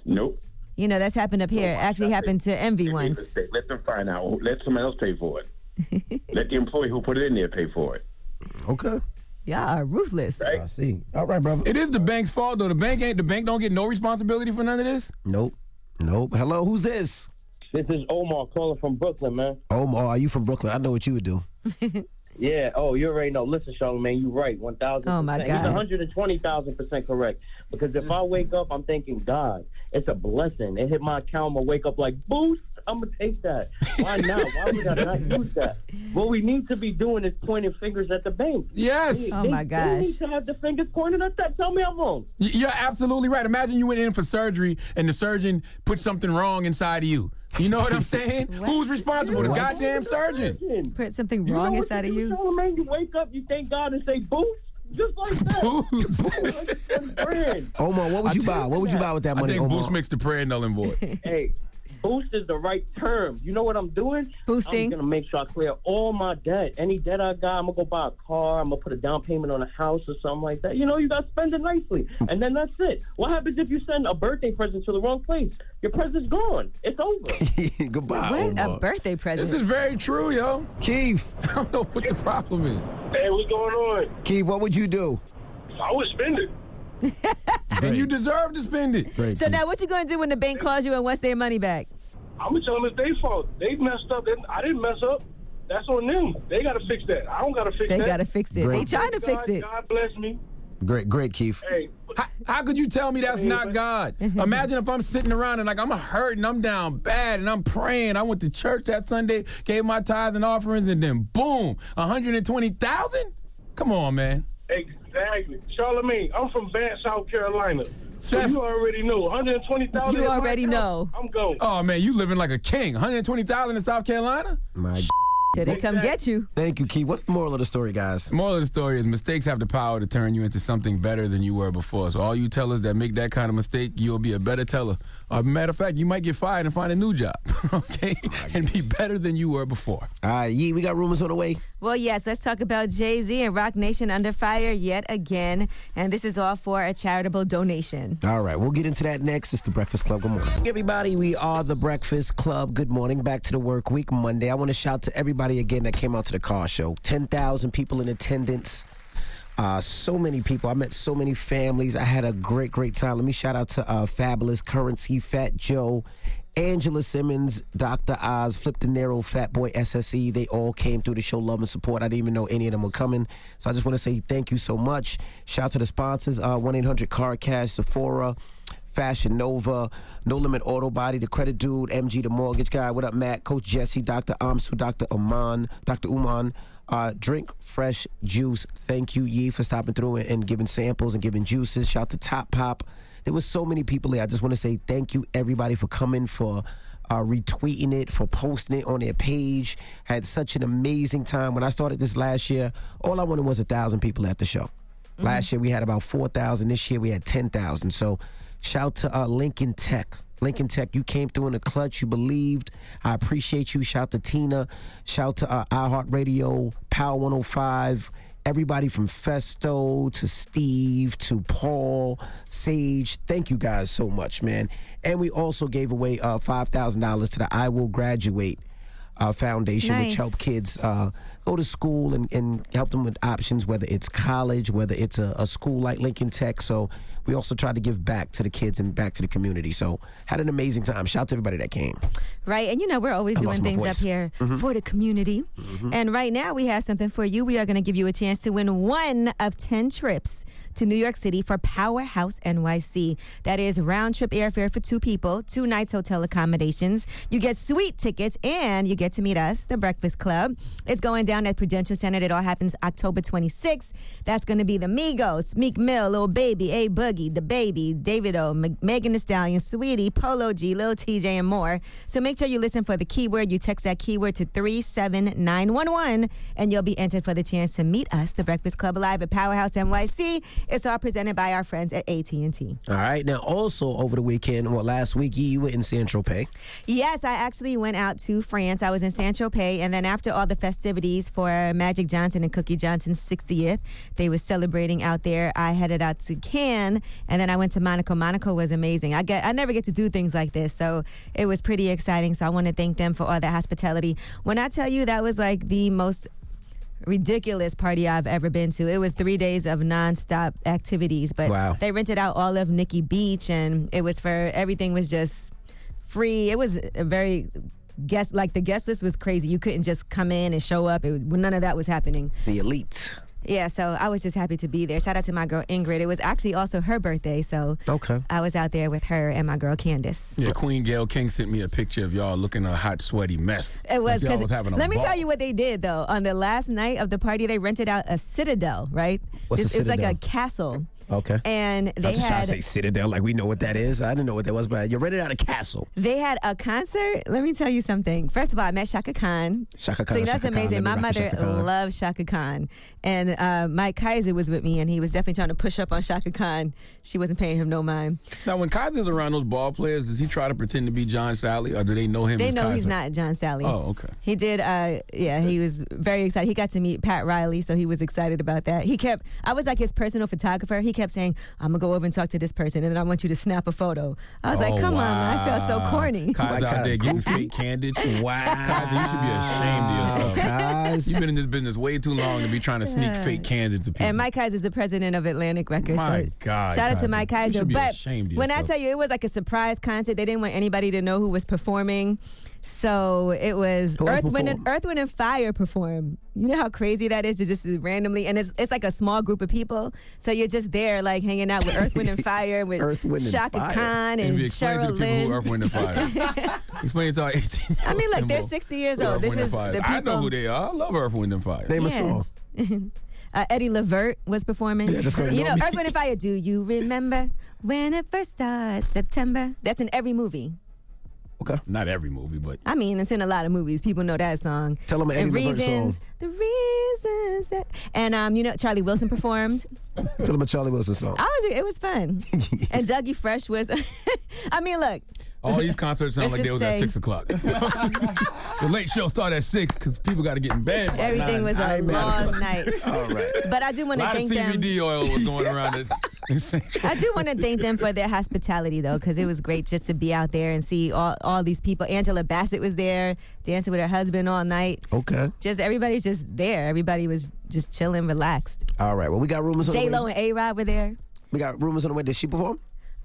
S20: Nope.
S9: You know, that's happened up here.
S7: Oh,
S9: It actually happened to Envy once.
S20: Let- Let them find out. Let somebody else pay for it. Let the employee who put it in there pay for it.
S7: Okay.
S9: Y'all are ruthless.
S7: I see. All right, brother.
S10: It is the bank's fault though. The bank ain't. The bank don't get no responsibility for none of this.
S7: Nope. Nope. Hello, who's this?
S22: This is Omar calling from Brooklyn, man.
S7: Omar, are you from Brooklyn? I know what you would do.
S22: Yeah. Oh, you already know. Listen, Charlamagne, you're right. One thousand.
S7: Oh, my
S22: It's
S7: God.
S22: one hundred and twenty thousand percent correct. Because if I wake up, I'm thinking, God, it's a blessing. It hit my account. I'm gonna wake up like boost. I'm gonna take that. Why not? Why would I not use that? What we need to be doing is pointing fingers at the bank.
S10: Yes.
S22: They-
S10: Oh,
S22: they-
S10: my
S22: They need
S10: gosh.
S22: to have the fingers pointed at that. Tell me I'm wrong.
S10: Y- You're absolutely right. Imagine you went in for surgery and the surgeon put something wrong inside of you. You know what I'm saying? Who's responsible? The
S22: What?
S10: goddamn surgeon.
S9: Put something
S22: You know
S9: wrong
S22: what
S9: inside
S22: you
S9: of
S22: do,
S9: you.
S22: Charlamagne? you wake up, you thank God and say boost, just like that.
S14: (laughs)
S22: Like a friend.
S7: Omar, what would you buy? What would you buy with that money,
S10: I think
S7: Omar?
S10: Boost makes the prayer null and void.
S22: hey, boost is the right term. You know what I'm doing?
S9: Boosting.
S22: I'm gonna make sure I clear all my debt. Any debt I got, I'm gonna go buy a car. I'm gonna put a down payment on a house or something like that. You know, you gotta spend it nicely, and then that's it. What happens if you send a birthday present to the wrong place? Your present's gone. It's over.
S7: Goodbye.
S9: What a birthday present.
S22: This is
S10: very true, yo.
S7: Keith.
S10: I don't know what the problem is.
S16: Hey, what's going on?
S7: Keith, what would you do?
S16: I would spend it.
S10: And you deserve to spend it.
S9: So now, what you gonna do when the bank calls you and wants their money back?
S16: I'm gonna tell them it's their fault. They messed up. They- I didn't mess up. That's on them. They gotta fix that. I don't gotta fix
S9: They
S16: that.
S9: gotta fix it. They
S16: Great.
S9: trying to fix
S16: God-
S9: it.
S16: God bless me.
S7: Great, great, Keith.
S16: Hey,
S10: How, how could you tell me that's not God? Imagine if I'm sitting around and like I'm hurting, I'm down bad, and I'm praying. I went to church that Sunday, gave my tithes and offerings, and then boom, 120,000? Come on, man.
S16: Exactly. Charlemagne, I'm from Van, South Carolina. So
S10: Seth-
S16: you already know. 120,000. is my account. I'm going.
S10: Oh man, you living like a king. 120,000 in South Carolina?
S7: My (laughs)
S9: Till they come get you.
S7: Thank you, Keith. What's the moral of the story, guys?
S10: Moral of the story is mistakes have the power to turn you into something better than you were before. So all you tellers that make that kind of mistake, you'll be a better teller. Or matter of fact, you might get fired and find a new job, (laughs) okay? and be better than you were before.
S7: All right, Yee, we got rumors on the way.
S9: Well, yes, let's talk about Jay Z and Rock Nation under fire yet again. And this is all for a charitable donation.
S7: All right, we'll get into that next. It's the Breakfast Club. Good morning. Everybody, we are the Breakfast Club. Good morning. Back to the work week Monday. I want to shout to everybody again that came out to the car show. 10,000 people in attendance. Uh, so many people. I met so many families. I had a great, great time. Let me shout out to uh, Fabulous Currency, Fat Joe, Angela Simmons, Dr. Oz, Flip De Niro, Fat Boy SSE. They all came through to show love and support. I didn't even know any of them were coming. So I just want to say thank you so much. Shout out to the sponsors uh, 1 800 Car Cash, Sephora. Fashion Nova, No Limit Auto Body, The Credit Dude, MG, The Mortgage Guy, What Up Matt, Coach Jesse, Dr. Amsu, Dr. Aman, Dr. Uman, uh, Drink Fresh Juice. Thank you, Yee, for stopping through and, and giving samples and giving juices. Shout out to Top Pop. There was so many people there. I just want to say thank you, everybody, for coming, for uh, retweeting it, for posting it on their page. Had such an amazing time. When I started this last year, all I wanted was a thousand people at the show. Last year we had about 4,000. This year we had 10,000. So shout to uh, Lincoln Tech. Lincoln Tech, you came through in the clutch. You believed. I appreciate you. Shout to Tina. Shout to uh, iHeartRadio, Power 105. Everybody from Festo to Steve to Paul, Sage, thank you guys so much, man. And we also gave away uh, $5,000 to the I Will Graduate uh, Foundation,
S23: Nice.
S7: which helped kids uh, go to school and, and help them with options, whether it's college, whether it's a, a school like Lincoln Tech. So we also try to give back to the kids and back to the community. So had an amazing time. Shout out to everybody that came.
S9: Right, and you know, we're always
S7: I
S9: doing
S7: lost my
S9: things up
S7: voice.
S9: here
S7: Mhm.
S9: for the community.
S7: Mhm.
S9: And right now, we have something for you. We are going to give you a chance to win one of 10 trips to New York City for Powerhouse NYC. That is round trip airfare for two people, two nights hotel accommodations. You get sweet tickets, and you get to meet us, the Breakfast Club. It's going down at Prudential Center. It all happens October 26th. That's going to be the Migos, Meek Mill, Lil Baby, A Boogie, The Baby, David O, Meg- Megan Thee Stallion, Sweetie, Polo G, Lil TJ, and more. So make sure you listen for the keyword. You text that keyword to 37911, and you'll be entered for the chance to meet us, The Breakfast Club, live at Powerhouse NYC. It's all presented by our friends at AT&T.
S7: All right. Now, also over the weekend, well, last week, Yee, you were in San Tropez.
S9: Yes, I actually went out to France. I was in Saint Tropez, and then after all the festivities for Magic Johnson and Cookie Johnson's 60th, they were celebrating out there. I headed out to Cannes, and then I went to Monaco. Monaco was amazing. I get, I never get to do things like this, so it was pretty exciting. So I want to thank them for all that hospitality. When I tell you that was like the most ridiculous party I've ever been to. It was three days of nonstop activities, but
S1: Wow.
S9: they rented out all of Nikki Beach, and it was for everything was just free. It was a very guest like the guest list was crazy. You couldn't just come in and show up. It, none of that was happening.
S7: The elite.
S9: Yeah, so I was just happy to be there. Shout out to my girl Ingrid. It was actually also her birthday, so
S7: Okay.
S9: I was out there with her and my girl Candace.
S10: Yeah, Queen Gail King sent me a picture of y'all looking a hot, sweaty mess.
S9: It was
S10: Like y'all
S9: because
S10: having a
S9: let me
S10: ball.
S9: tell you what they did though. On the last night of the party, they rented out a citadel, right?
S7: What's a
S9: This- it was like a
S7: citadel?
S9: castle,
S7: Okay.
S9: and
S7: I
S9: they
S7: was just trying
S9: had
S7: to say Citadel, like we know what that is. I didn't know what that was, but you rented out a castle. (laughs)
S9: They had a concert. Let me tell you something. First of all, I met Shaka Khan.
S7: Shaka
S9: So
S7: Khan,
S9: that's
S7: Shaka Khan,
S9: amazing. My
S7: let me rock you,
S9: mother
S7: Shaka Khan.
S9: loves Shaka Khan. And uh, Mike Kaiser was with me, and he was definitely trying to push up on Shaka Khan. She wasn't paying him no mind.
S10: Now, when Kaiser's around those ball players, does he try to pretend to be John Sally, or do they know him?
S9: they
S10: as
S9: know he's
S10: Kaiser?
S9: not John Sally.
S10: Oh, okay.
S9: He did, uh, yeah, he was very excited. He got to meet Pat Riley, so he was excited about that. He kept, I was like his personal photographer. He kept saying, I'm going to go over and talk to this person, and then I want you to snap a photo. I was like,
S10: Oh,
S9: come on, I feel so
S10: wow.
S9: corny.
S10: Kaiser out there getting fake candid. (laughs) Wow. Kaiser, you should be ashamed of yourself. You've been in this business way too long to be trying to sneak fake candid to people.
S9: And Mike Kaiser is the president of Atlantic Records.
S10: My
S9: so
S10: God,
S9: Shout out to
S10: Kaiser.
S9: Mike
S10: You should
S9: Kaiser.
S10: be
S9: But
S10: ashamed of
S9: when I
S10: yourself.
S9: tell you it was like a surprise concert, they didn't want anybody to know who was performing. So it was
S1: Who else
S9: Earth, Wind, and,
S1: performed?
S9: Earth, Wind, and Fire perform. You know how crazy that is to just randomly, and it's it's like a small group of people. So you're just there, like hanging out with Earth, Wind,
S10: (laughs)
S9: and Fire, with
S10: Earth, Wind, and
S9: Shaka
S10: Fire.
S9: Khan,
S10: If
S9: and
S10: you explain to
S9: Cheryl
S10: the people
S9: Lynn.
S10: who Earth, Wind,
S9: (laughs)
S10: and Fire. Explain it to our 18
S9: I mean, look, they're 60 years old.
S10: Earth,
S9: This
S10: Wind, and
S9: is
S10: Fire.
S9: the people.
S10: I know who they are. I love Earth, Wind, and Fire.
S9: Yeah. (laughs) uh, Eddie Levert was performing.
S10: Yeah, that's gonna
S9: you know,
S10: know me.
S9: Earth, Wind, and Fire. Do you remember when it first started? September. That's in every movie.
S10: Okay. Not every movie, but
S9: I mean, it's in a lot of movies. People know that song.
S10: Tell 'em an
S9: and
S10: Eddie Levert
S9: reasons.
S10: song.
S9: The reasons that, and um, you know, Charlie Wilson performed.
S7: Tell them a Charlie Wilson
S10: Oh.
S7: song.
S9: I was, it was fun.
S10: (laughs)
S9: and Dougie Fresh was. (laughs) I mean, look.
S10: all these concerts sound
S9: Let's
S10: like they
S9: just
S10: was
S9: say-
S10: at 6
S9: (laughs)
S10: o'clock. the late show started at 6 because people got to get in bed. by
S9: Everything
S10: nine.
S9: was
S10: I
S9: a
S10: ain't mad at
S9: long
S10: you.
S9: night.
S10: (laughs) All right.
S9: But I do want to
S10: lot
S9: thank
S10: of
S9: them.
S10: CBD oil was going
S9: (laughs)
S10: around it.
S9: I do want to thank them for their hospitality, though, because it was great just to be out there and see all, all these people. Angela Bassett was there dancing with her husband all night.
S7: Okay.
S9: Just everybody's just there. Everybody was just chilling, relaxed.
S7: All right. Well, we got rumors on
S9: J
S7: the
S9: Lo
S7: way.
S9: and A Rod were there.
S7: We got rumors on the way. Did she perform?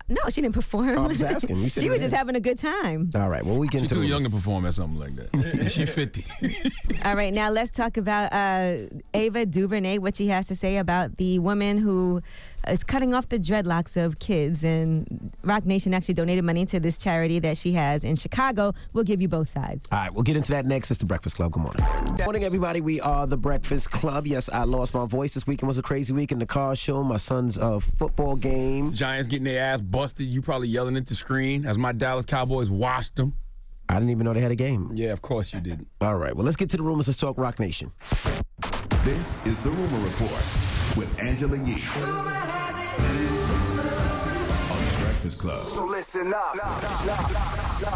S9: No, she didn't perform.
S7: I was asking. You
S9: (laughs)
S7: said
S9: she was
S7: that.
S9: just having a good time.
S7: All right. Well, we get
S10: She's
S7: into
S10: too
S7: the
S10: young
S7: rumors.
S10: to perform at something like
S7: (laughs)
S10: that. She's 50.
S9: All right, now let's talk about uh, Ava DuVernay, what she has to say about the woman who is cutting off the dreadlocks of kids. And Rock Nation actually donated money to this charity that she has in Chicago. We'll give you both sides.
S7: All right, we'll get into that next. It's the Breakfast Club. Good morning. Good morning, everybody. We are the Breakfast Club. Yes, I lost my voice this weekend. It was a crazy week in the car show, my son's uh, football game.
S10: Giants getting their ass busted. You probably yelling at the screen as my Dallas Cowboys washed them.
S7: I didn't even know they had a game.
S10: Yeah, of course you didn't.
S7: All right, well, let's get to the rumors. Let's talk Rock Nation.
S3: This is the Rumor Report with Angela Yee. On the Breakfast Club.
S2: So listen up.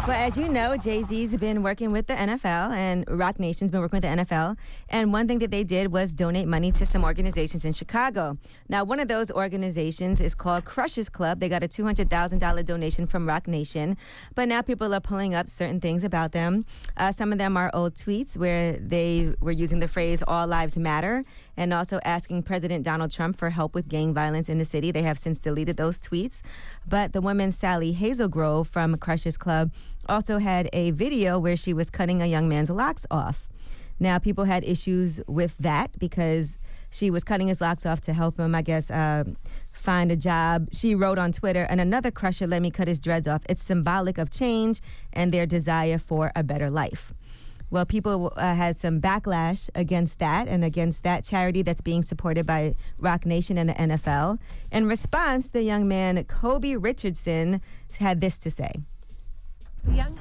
S9: But as you know, Jay Z's been working with the NFL and Rock Nation's been working with the NFL. And one thing that they did was donate money to some organizations in Chicago. Now, one of those organizations is called Crushers Club. They got a $200,000 donation from Rock Nation. But now people are pulling up certain things about them. Uh, some of them are old tweets where they were using the phrase All Lives Matter and also asking President Donald Trump for help with gang violence in the city. They have since deleted those tweets. But the woman, Sally Hazelgrove from Crushers Club, also had a video where she was cutting a young man's locks off. Now, people had issues with that because she was cutting his locks off to help him, I guess, uh, find a job. She wrote on Twitter, and another crusher let me cut his dreads off. It's symbolic of change and their desire for a better life. Well, people uh, had some backlash against that and against that charity that's being supported by Rock Nation and the NFL. In response, the young man, Kobe Richardson, had this to say.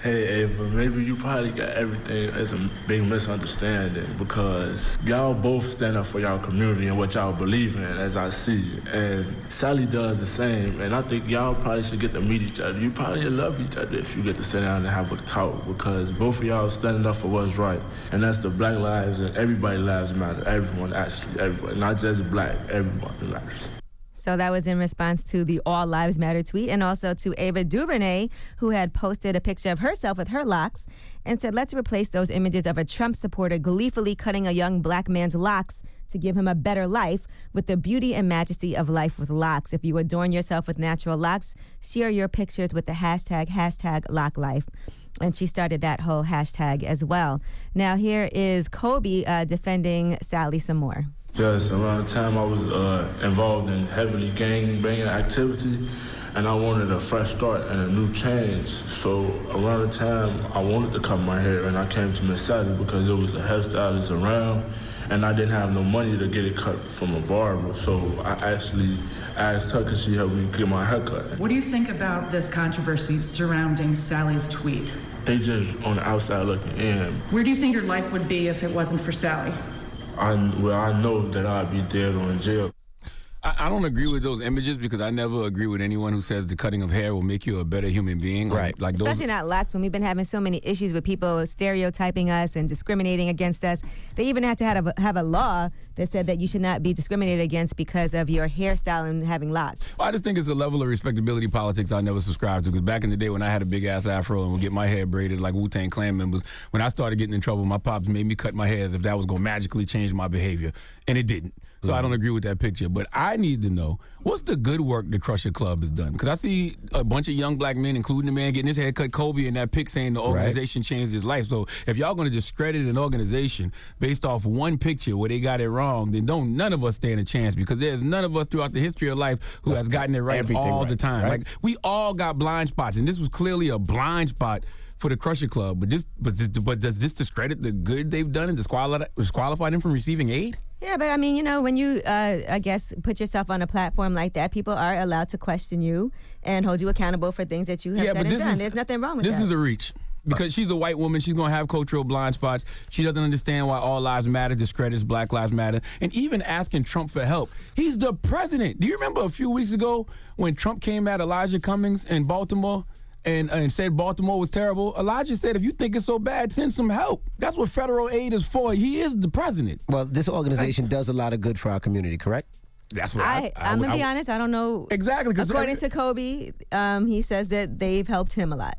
S1: Hey Ava, maybe you probably got everything as a big misunderstanding because y'all both stand up for y'all community and what y'all believe in as I see you. And Sally does the same and I think y'all probably should get to meet each other. You probably love each other if you get to sit down and have a talk because both of y'all standing up for what's right. And that's the black lives and everybody lives matter. Everyone actually, everyone. Not just black, everyone matters.
S9: So that was in response to the All Lives Matter tweet and also to Ava DuVernay, who had posted a picture of herself with her locks and said, let's replace those images of a Trump supporter gleefully cutting a young black man's locks to give him a better life with the beauty and majesty of life with locks. If you adorn yourself with natural locks, share your pictures with the hashtag, hashtag lock life. And she started that whole hashtag as well. Now, here is Kobe uh, defending Sally some more.
S1: Yes, around the time I was uh, involved in heavily gang banging activity, and I wanted a fresh start and a new change. So around the time I wanted to cut my hair, and I came to Miss Sally because there was a hairstylist around, and I didn't have no money to get it cut from a barber. So I actually asked her, could she help me get my hair cut?
S5: What do you think about this controversy surrounding Sally's tweet?
S1: They just on the outside looking in.
S5: Where do you think your life would be if it wasn't for Sally?
S1: I well, I know that I'd be dead or in jail.
S10: I, I don't agree with those images because I never agree with anyone who says the cutting of hair will make you a better human being. Right. Like those.
S9: Especially not locks when we've been having so many issues with people stereotyping us and discriminating against us. They even had to have a, have a law that said that you should not be discriminated against because of your hairstyle and having locks.
S10: I just think it's a level of respectability politics I never subscribed to. Because back in the day when I had a big ass afro and would get my hair braided like Wu Tang Clan members, when I started getting in trouble, my pops made me cut my hair as if that was going to magically change my behavior. And it didn't. So I don't agree with that picture. But I need to know what's the good work the Crusher Club has done? Because I see a bunch of young black men, including the man getting his hair cut, Kobe, in that pic saying the organization changed his life. So if y'all going to discredit an organization based off one picture where they got it wrong, then don't none of us stand a chance because there's none of us throughout the history of life who
S7: That's
S10: has gotten it right
S7: everything
S10: all
S7: right,
S10: the time.
S7: right?
S10: Like we all got blind spots, and this was clearly a blind spot. For the Crusher Club, but this, but this, but does this discredit the good they've done and disqualify, disqualify them from receiving aid?
S9: Yeah, but I mean, you know, when you, uh, I guess, put yourself on a platform like that, people are allowed to question you and hold you accountable for things that you have said and done.
S10: is-
S9: There's nothing wrong with
S10: this
S9: that.
S10: is a reach. Because she's a white woman, she's gonna have cultural blind spots. She doesn't understand why all lives matter, discredits Black Lives Matter, and even asking Trump for help. He's the president. Do you remember a few weeks ago when Trump came at Elijah Cummings in Baltimore and, and said Baltimore was terrible? Elijah said, if you think it's so bad, send some help. That's what federal aid is for. He is the president.
S7: Well, this organization does a lot of good for our community, correct?
S10: That's
S9: I, I, am going to be honest, I don't know.
S10: Exactly. 'cause-
S9: According to Kobe, um, he says that they've helped him a lot.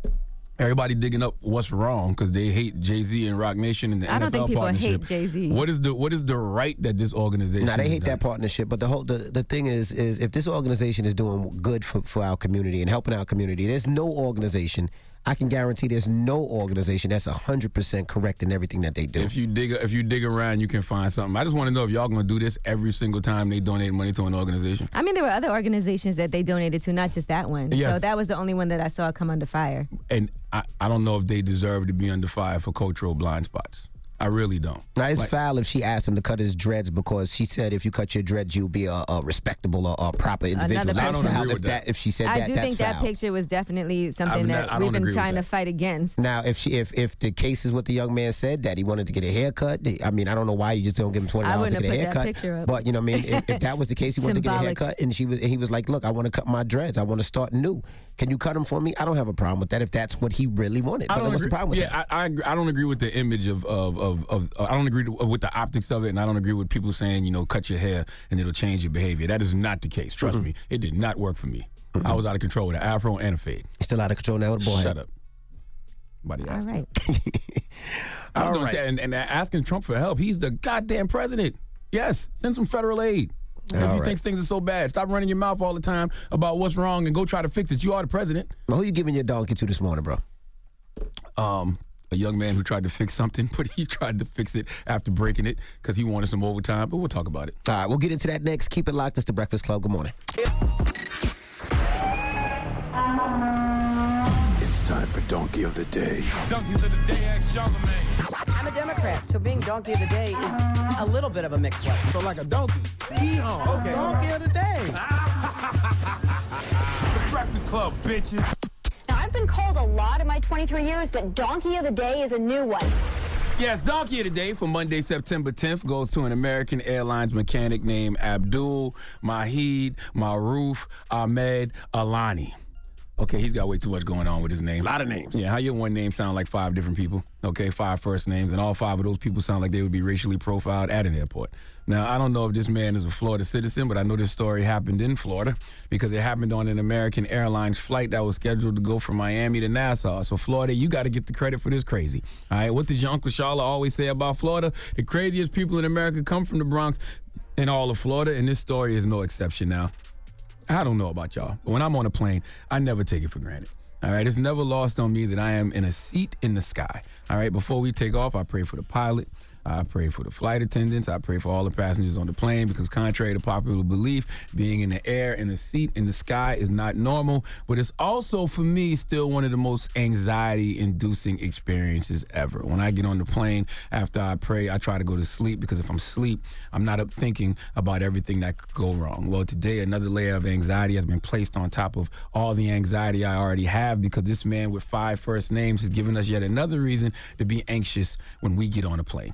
S10: Everybody digging up what's wrong because they hate Jay Z and Rock Nation and the
S9: I
S10: NFL
S9: don't think people
S10: partnership.
S9: hate Jay-Z.
S10: What is the what is the right that this organization?
S7: Now they
S10: has
S7: hate
S10: done?
S7: that partnership, but the whole the, the thing is is if this organization is doing good for, for our community and helping our community, there's no organization I can guarantee there's no organization that's hundred percent correct in everything that they do.
S10: If you dig if you dig around, you can find something. I just want to know if y'all gonna do this every single time they donate money to an organization.
S9: I mean, there were other organizations that they donated to, not just that one.
S10: Yes.
S9: So that was the only one that I saw come under fire.
S10: And I, I don't know if they deserve to be under fire for cultural blind spots. I really don't.
S7: Now it's
S10: Like-
S7: foul if she asked him to cut his dreads because she said if you cut your dreads you'll be a, a respectable or a proper individual.
S9: Another
S7: That's
S9: person. I don't
S7: foul
S9: agree
S7: if
S9: with
S7: that. If she said
S9: I
S7: that,
S9: do
S7: that's
S9: think
S7: foul.
S9: that picture was definitely something
S7: not- I
S9: that
S7: don't
S9: we've been
S7: agree with
S9: trying to
S7: that.
S9: fight against.
S7: Now, if she, if if the case is what the young man said that he wanted to get a haircut, th- I mean, I don't know why you just don't give him twenty
S9: I
S7: dollars to
S9: wouldn't
S7: get a
S9: have put that
S7: haircut.
S9: picture up.
S7: But you know, what I mean, if, if that was the case, he wanted to get a
S9: Symbolic.
S7: haircut, and she was and he was like, "Look, I want to cut my dreads. I want to start new. Can you cut them for me? I don't have a problem with that if that's what he really wanted. But
S10: I don't
S7: what's the
S10: agree-
S7: problem with
S10: yeah,
S7: that?
S10: I, I agree- I don't agree with the image of of of, of uh, I don't agree to, with the optics of it, and I don't agree with people saying you know cut your hair and it'll change your behavior. That is not the case. Trust me, it did not work for me. I was out of control with an afro and a fade.
S7: Still out of control now with a boy.
S10: Shut up. Nobody
S9: All
S10: asked. (laughs)
S9: right.
S10: I was gonna say, and, and asking Trump for help. He's the goddamn president. Yes, send some federal aid. If
S7: All
S10: you
S7: right.
S10: think things are so bad, stop running your mouth all the time about what's wrong and go try to fix it. You are the president.
S7: Who you giving your donkey to this morning, bro?
S10: Um, a young man who tried to fix something, (laughs) but he tried to fix it after breaking it because he wanted some overtime. But we'll talk about it.
S7: All right, we'll get into that next. Keep it locked. It's the Breakfast Club. Good morning.
S4: It's time for Donkey of the Day.
S8: I'm a Democrat, so being donkey of the day is a little bit of a mixed one. So like a donkey. Yeehaw. Okay. Donkey of
S16: (laughs)
S8: the day.
S4: The Breakfast Club, bitches.
S23: Now, I've been called a lot in my 23 years, but Donkey of the Day is a new one.
S10: Yes, Donkey of the Day for Monday, September 10th goes to an American Airlines mechanic named Abdul Mahid Maruf Ahmed Alani. Okay, he's got way too much going on with his name. A lot of names. Yeah, how your one name sound like five different people? Okay, five first names, and all five of those people sound like they would be racially profiled at an airport. Now, I don't know if this man is a Florida citizen, but I know this story happened in Florida because it happened on an American Airlines flight that was scheduled to go from Miami to Nassau. So, Florida, you got to get the credit for this crazy. All right, what does your Uncle Charlotte always say about Florida? The craziest people in America come from the Bronx and all of Florida, and this story is no exception now. I don't know about y'all, but when I'm on a plane, I never take it for granted. All right, it's never lost on me that I am in a seat in the sky. All right, before we take off, I pray for the pilot. I pray for the flight attendants. I pray for all the passengers on the plane because, contrary to popular belief, being in the air, in a seat, in the sky is not normal. But it's also, for me, still one of the most anxiety inducing experiences ever. When I get on the plane, after I pray, I try to go to sleep because if I'm asleep, I'm not up thinking about everything that could go wrong. Well, today, another layer of anxiety has been placed on top of all the anxiety I already have because this man with five first names has given us yet another reason to be anxious when we get on a plane.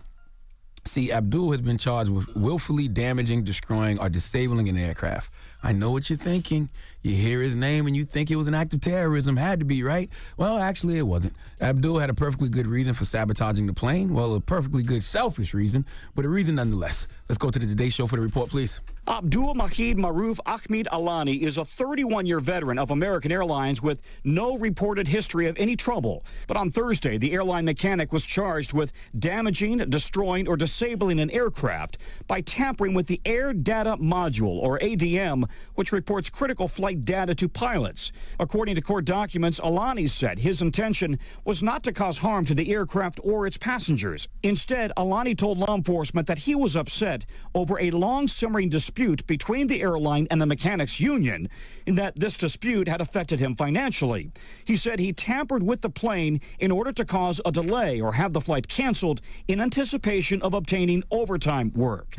S10: See, Abdul has been charged with willfully damaging, destroying, or disabling an aircraft. I know what you're thinking. You hear his name and you think it was an act of terrorism. Had to be, right? Well, actually, it wasn't. Abdul had a perfectly good reason for sabotaging the plane. Well, a perfectly good selfish reason, but a reason nonetheless. Let's go to the Today Show for the report, please.
S24: Abdul Mahid Maruf Ahmed Alani is a 31 year veteran of American Airlines with no reported history of any trouble. But on Thursday, the airline mechanic was charged with damaging, destroying, or disabling an aircraft by tampering with the Air Data Module, or ADM, which reports critical flight data to pilots. According to court documents, Alani said his intention was not to cause harm to the aircraft or its passengers. Instead, Alani told law enforcement that he was upset over a long simmering dispute between the airline and the mechanics union, and that this dispute had affected him financially. He said he tampered with the plane in order to cause a delay or have the flight canceled in anticipation of obtaining overtime work.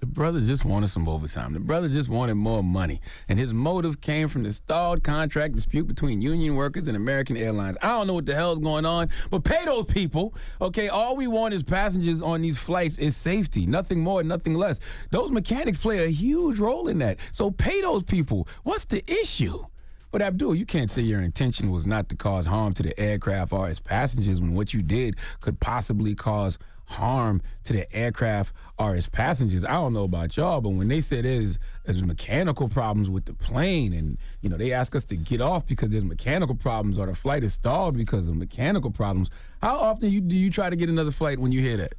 S10: The brother just wanted some overtime. The brother just wanted more money. And his motive came from the stalled contract dispute between union workers and American Airlines. I don't know what the hell's going on, but pay those people. Okay, all we want as passengers on these flights is safety. Nothing more, nothing less. Those mechanics play a huge role in that. So pay those people. What's the issue? But Abdul, you can't say your intention was not to cause harm to the aircraft or its passengers when what you did could possibly cause harm to the aircraft or its passengers. I don't know about y'all, but when they said there's, there's mechanical problems with the plane and, you know, they ask us to get off because there's mechanical problems or the flight is stalled because of mechanical problems, how often you, do you try to get another flight when you hear that?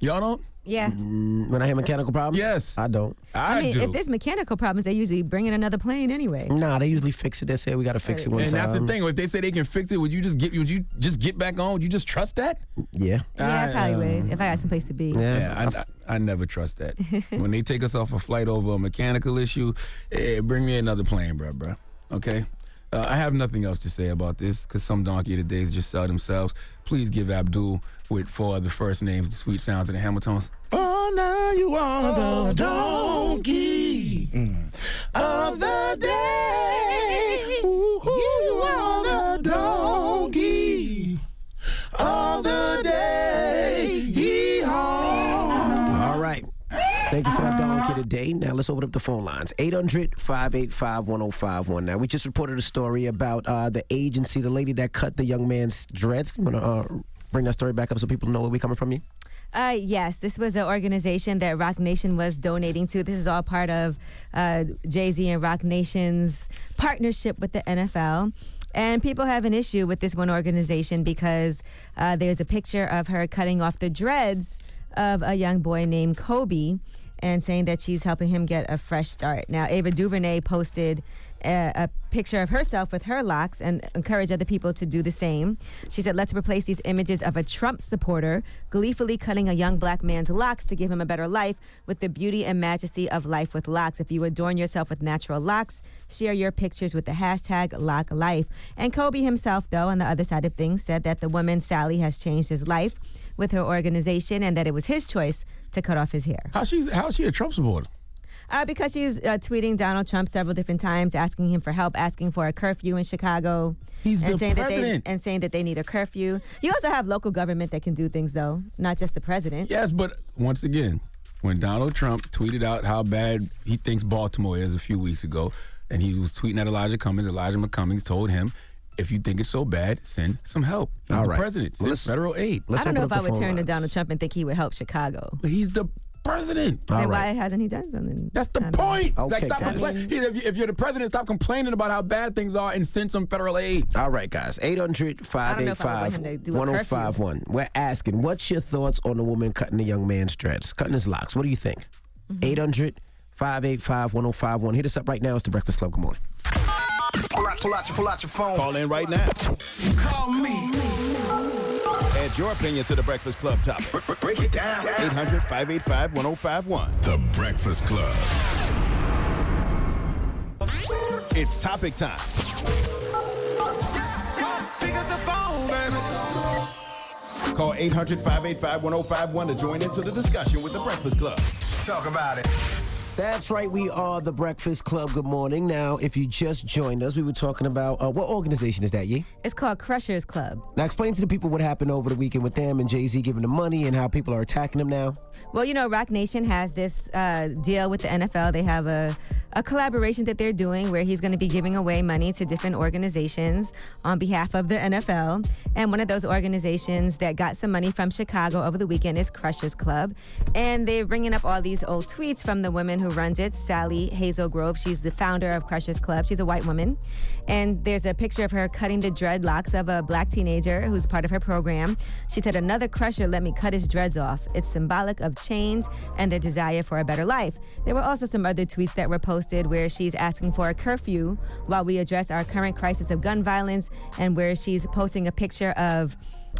S10: Y'all don't?
S9: Yeah.
S7: Mm, when I have mechanical problems, yes, I don't.
S10: I,
S9: mean,
S10: do.
S9: if there's mechanical problems, they usually bring in another plane anyway.
S7: Nah, they usually fix it. They say we got to fix it one
S10: and
S7: time.
S10: that's the thing. If they say they can fix it, would you just get would you just get back on? Would you just trust that?
S7: Yeah.
S9: Yeah, I, probably
S10: um,
S9: would if I had some place to be.
S10: Yeah, I, I, I never trust that.
S9: (laughs)
S10: when they take us off a flight over a mechanical issue, eh, bring me another plane, bruh, bruh. Okay? Uh, I have nothing else to say about this because some donkey of the days just sell themselves. Please give Abdul with four of the first names, the sweet sounds of the Hamiltons.
S6: Oh, now you are the Oh, donkey Mm. of the day. Ooh, you are the donkey of the day. Yee-haw.
S7: All right. Thank you for that donkey today. Now let's open up the phone lines. 800 585 1051. Now, we just reported a story about uh, the agency, the lady that cut the young man's dreads. You want to uh, bring that story back up so people know where we're coming from you?
S9: Uh, yes, this was an organization that Rock Nation was donating to. This is all part of uh, Jay Z and Rock Nation's partnership with the NFL. And people have an issue with this one organization because uh, there's a picture of her cutting off the dreads of a young boy named Kobe and saying that she's helping him get a fresh start. Now, Ava DuVernay posted a, a picture of herself with her locks and encouraged other people to do the same. She said, Let's replace these images of a Trump supporter gleefully cutting a young black man's locks to give him a better life with the beauty and majesty of life with locks. If you adorn yourself with natural locks, share your pictures with the hashtag lock life. And Kobe himself, though, on the other side of things, said that the woman, Sally, has changed his life with her organization and that it was his choice to cut off his hair.
S10: How she's how she a Trump supporter?
S9: Uh, because she's uh, tweeting Donald Trump several different times, asking him for help, asking for a curfew in Chicago.
S10: He's
S9: and
S10: the
S9: saying That
S10: president.
S9: they, and saying that they need a curfew. You also have local government that can do things, though, not just the president.
S10: Yes, but once again, when Donald Trump tweeted out how bad he thinks Baltimore is a few weeks ago, and he was tweeting at Elijah Cummings, Elijah McCummings told him, if you think it's so bad, send some help. He's
S7: All
S10: the
S7: right.
S10: president. Send
S7: Let's-
S10: federal aid.
S9: I don't know if I would turn to Donald Trump and think he would help Chicago.
S10: But he's the president.
S9: Then why hasn't he done something?
S10: That's the point. like, stop complaining. If, you- if you're the president, stop complaining about how bad things are and send some federal aid.
S7: All right, guys. 800
S10: I
S7: 585
S10: don't know if I would want him to do a
S7: 1051. We're asking, what's your thoughts on the woman cutting the young man's dreads, cutting his locks? What do you think?
S10: Mm-hmm.
S7: 800 585 1051. Hit us up right now. It's the Breakfast Club. Good morning.
S2: Pull out, pull out, your- pull out your phone.
S3: Call in right now.
S2: Call me.
S3: Add your opinion to the Breakfast Club topic. break it down. 800 585 1051. The Breakfast Club. It's topic time.
S2: Pick up the phone, baby.
S3: Call 800 585 1051 to join into the discussion with the Breakfast Club.
S2: Talk about it.
S7: That's right. We are the Breakfast Club. Good morning. Now, if you just joined us, we were talking about uh, what organization is that, Yee?
S9: It's called Crushers Club.
S7: Now, explain to the people what happened over the weekend with them and Jay Z giving them money and how people are attacking them now.
S9: Well, you know, Rock Nation has this uh, deal with the NFL. They have a, a collaboration that they're doing where he's going to be giving away money to different organizations on behalf of the NFL. And one of those organizations that got some money from Chicago over the weekend is Crushers Club. And they're bringing up all these old tweets from the woman who runs it, Sally Hazel Grove. She's the founder of Crushers Club. She's a white woman. And there's a picture of her cutting the dreadlocks of a black teenager who's part of her program. She said, Another crusher let me cut his dreads off. It's symbolic of change and the desire for a better life. There were also some other tweets that were posted where she's asking for a curfew while we address our current crisis of gun violence and where she's posting a picture of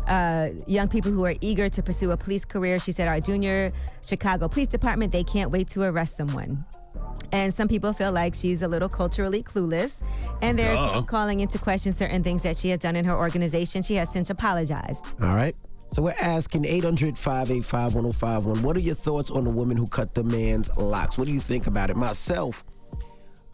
S9: uh, young people who are eager to pursue a police career. She said, Our junior Chicago Police Department, they can't wait to arrest someone. And some people feel like she's a little culturally clueless, and they're
S7: Duh.
S9: calling into question certain things that she has done in her organization. She has since apologized.
S7: All right. So we're asking 800 585 1051. What are your thoughts on the woman who cut the man's locks? What do you think about it? Myself,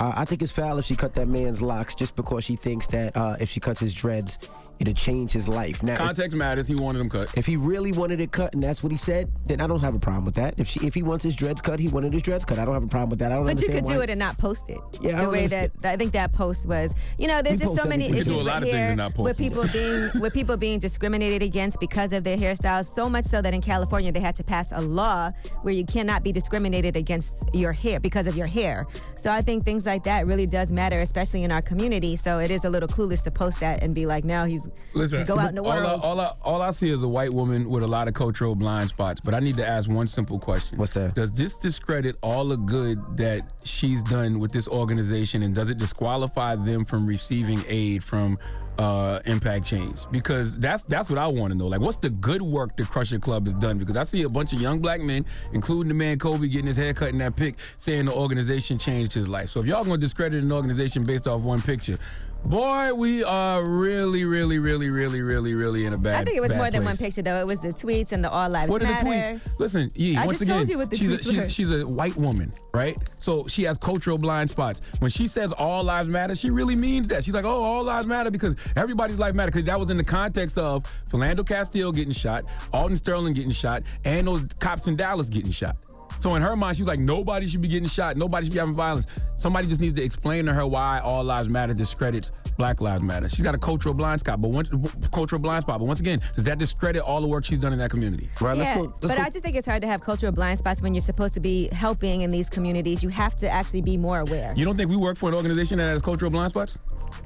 S7: uh, I think it's foul if she cut that man's locks just because she thinks that uh, if she cuts his dreads, it'll change his life. Now, if-
S10: Context matters. He wanted them cut.
S7: If he really wanted it cut, and that's what he said, then I don't have a problem with that. If she, if he wants his dreads cut, he wanted his dreads cut. I don't have a problem with that. I don't
S9: But you
S7: understand
S9: could
S7: why.
S9: do it and not post it.
S7: Yeah, I
S9: the
S7: don't
S9: way that
S7: understand.
S9: I think that post was. You know, there's
S7: We
S9: just so
S7: post
S9: many
S7: everything. We
S9: issues
S7: do a lot
S9: with
S7: of things
S9: hair,
S7: and not post
S9: with
S7: them.
S9: people
S7: (laughs)
S9: being with people being discriminated against because of their hairstyles. So much so that in California they had to pass a law where you cannot be discriminated against your hair because of your hair. So I think things like that really does matter, especially in our community. So it is a little clueless to post that and be like, now he's
S10: Listen,
S9: go out in the
S10: all,
S9: world.
S10: I, all, I, all I see is a white woman with a lot of cultural blind spots, but I need to ask one simple question. What's that? Does this discredit all the good that she's done with this organization, and does it disqualify them from receiving aid from uh, Impact Change? Because that's that's what I want to know. Like, what's the good work the Crusher Club has done? Because I see a bunch of young black men, including the man Kobe getting his hair cut in that pic, saying the organization changed his life. So if y'all gonna discredit an organization based off one picture, Boy, we are really, really, really, really, really, really in a bad.
S9: I think it was
S10: bad
S9: more than one
S10: place.
S9: picture though. It was the tweets and the all lives
S10: What are the
S9: matter.
S10: tweets? Listen, Yee,
S9: I
S10: once
S9: just
S10: again,
S9: told you what the
S10: she's, a,
S9: tweets
S10: she's-
S9: were.
S10: she's a white woman, right? So she has cultural blind spots. When she says all lives matter, she really means that. She's like, oh, all lives matter because everybody's life matters. Because that was in the context of Philando Castile getting shot, Alton Sterling getting shot, and those cops in Dallas getting shot. So in her mind, she's like, nobody should be getting shot. Nobody should be having violence. Somebody just needs to explain to her why all lives matter discredits Black Lives Matter. She's got a cultural blind spot, but once cultural blind spot. But once again, does that discredit all the work she's done in that community? Right.
S9: yeah, but I just think it's hard to have cultural blind spots when you're supposed to be helping in these communities. You have to actually be more aware.
S10: You don't think we work for an organization that has cultural blind spots?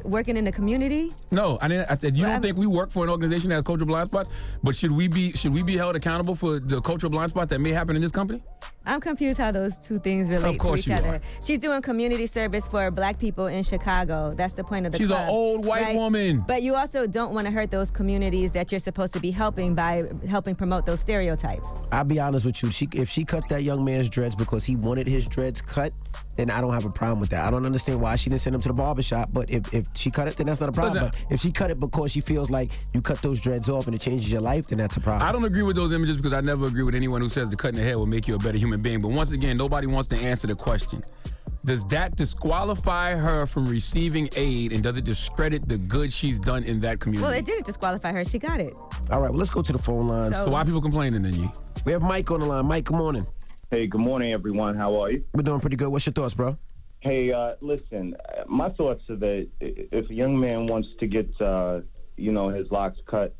S9: Working in the community,
S10: No, I didn't. I said you don't think we work for an organization that has cultural blind spots, but should we be should we be held accountable for the cultural blind spots that may happen in this company?
S9: I'm confused how those two things relate
S10: Of course
S9: to each
S10: you
S9: other.
S10: are.
S9: She's doing community service for black people in Chicago. That's the point of the
S10: She's an
S9: club,
S10: old white
S9: right?
S10: woman.
S9: But you also don't want to hurt those communities that you're supposed to be helping by helping promote those stereotypes.
S7: I'll be honest with you. She, if she cut that young man's dreads because he wanted his dreads cut, then I don't have a problem with that. I don't understand why she didn't send him to the barbershop. But if, if she cut it, then that's not a problem.
S10: Listen.
S7: but if she cut it because she feels like you cut those dreads off and it changes your life, then that's a problem.
S10: I don't agree with those images because I never agree with anyone who says the cutting the hair will make you a better human being. But once again, nobody wants to answer the question. Does that disqualify her from receiving aid and does it discredit the good she's done in that community?
S9: Well, it didn't disqualify her. She got it.
S7: All right, well, let's go to the phone lines.
S9: So- So why
S10: people complaining then, you?
S7: We have Mike on the line. Mike, good morning.
S25: Hey, good morning, everyone. How are you?
S7: We're doing pretty good. What's your thoughts, bro?
S25: Hey, uh, listen, uh, my thoughts are that i- if a young man wants to get, uh, you know, his locks cut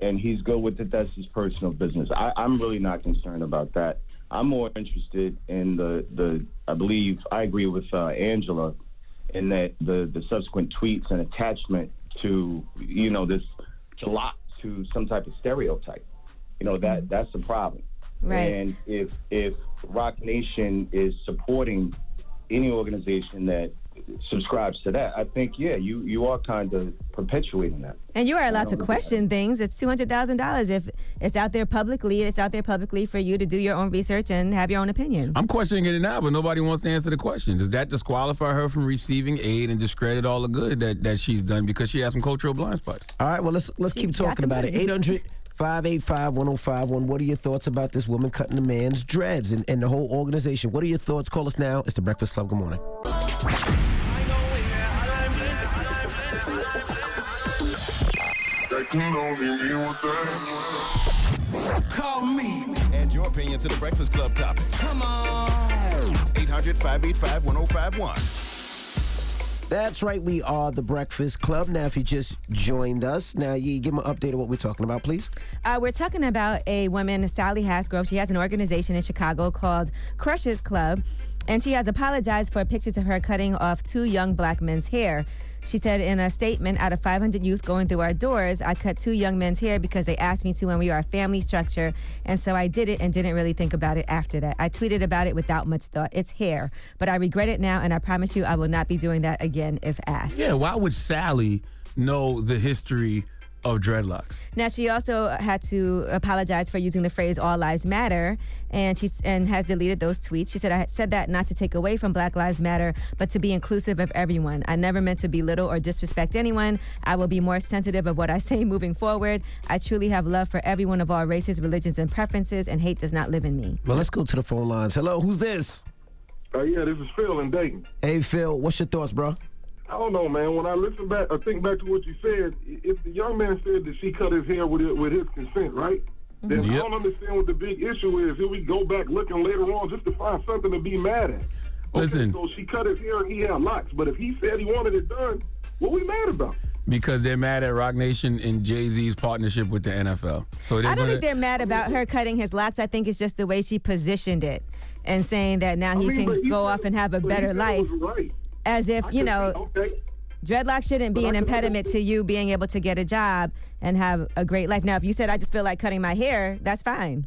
S25: and he's good with it, that's his personal business. I, I'm really not concerned about that. I'm more interested in the, the I believe, I agree with uh, Angela in that the, the subsequent tweets and attachment to, you know, this, to lock to some type of stereotype. You know, that that's the problem.
S12: Right.
S25: And if if Rock Nation is supporting any organization that subscribes to that, I think yeah, you you are kind of perpetuating that.
S9: And you are allowed to
S25: don't know.
S9: question things. It's two hundred thousand dollars if it's out there publicly. It's out there publicly for you to do your own research and have your own opinion.
S10: I'm questioning it now, but nobody wants to answer the question. Does that disqualify her from receiving aid and discredit all the good that, that she's done because she has some cultural blind spots?
S7: All right, well, let's let's keep talking about it. 800 585 1051. What are your thoughts about this woman cutting the man's dreads and, and the whole organization? What are your thoughts? Call us now. It's the Breakfast Club. Good morning.
S26: Call me.
S3: Add your opinion to the Breakfast Club topic. Come on. 800 585 1051.
S7: That's right. We are the Breakfast Club. Now, if you just joined us, now you give them an update of what we're talking about, please.
S9: Uh, we're talking about a woman, Sally Hasgrove. She has an organization in Chicago called Crushers Club, and she has apologized for pictures of her cutting off two young black men's hair. She said in a statement, out of 500 youth going through our doors, I cut two young men's hair because they asked me to, and we are a family structure. And so I did it and didn't really think about it after that. I tweeted about it without much thought. It's hair. But I regret it now, and I promise you I will not be doing that again if asked.
S10: Yeah, why would Sally know the history of dreadlocks?
S9: Now she also had to apologize for using the phrase "All Lives Matter," and she and has deleted those tweets. She said, "I said that not to take away from Black Lives Matter, but to be inclusive of everyone. I never meant to belittle or disrespect anyone. I will be more sensitive of what I say (laughs) moving forward. I truly have love for everyone of all races, religions, and preferences, and hate does not live in me."
S7: Well, let's go to the phone lines. Hello, who's this?
S27: Uh, yeah, this is Phil in Dayton.
S7: Hey, Phil, what's your thoughts, bro?
S27: I don't know, man. When I listen back, I think back to what you said. i- If the young man said that she cut his hair with it, with his consent, right? Then I
S10: Yep.
S27: don't understand what the big issue is. Here we go back looking later on just to find something to be mad at.
S10: Listen.
S27: So she cut his hair and he had locks. But if he said he wanted it done, what we mad about?
S10: Because they're mad at Rock Nation and Jay Z's partnership with the NFL. So they're
S9: I don't
S10: gonna,
S9: think they're mad about her cutting his locks. I think it's just the way she positioned it and saying that now he
S27: mean, but
S9: can
S27: he
S9: go
S27: said-
S9: off and have a
S27: but he
S9: better
S27: said it
S9: life.
S27: was right.
S9: As if, you
S27: could
S9: know, dreadlock shouldn't be an impediment to you being able to get a job and have a great life. Now, if you said, I just feel like cutting my hair, that's fine.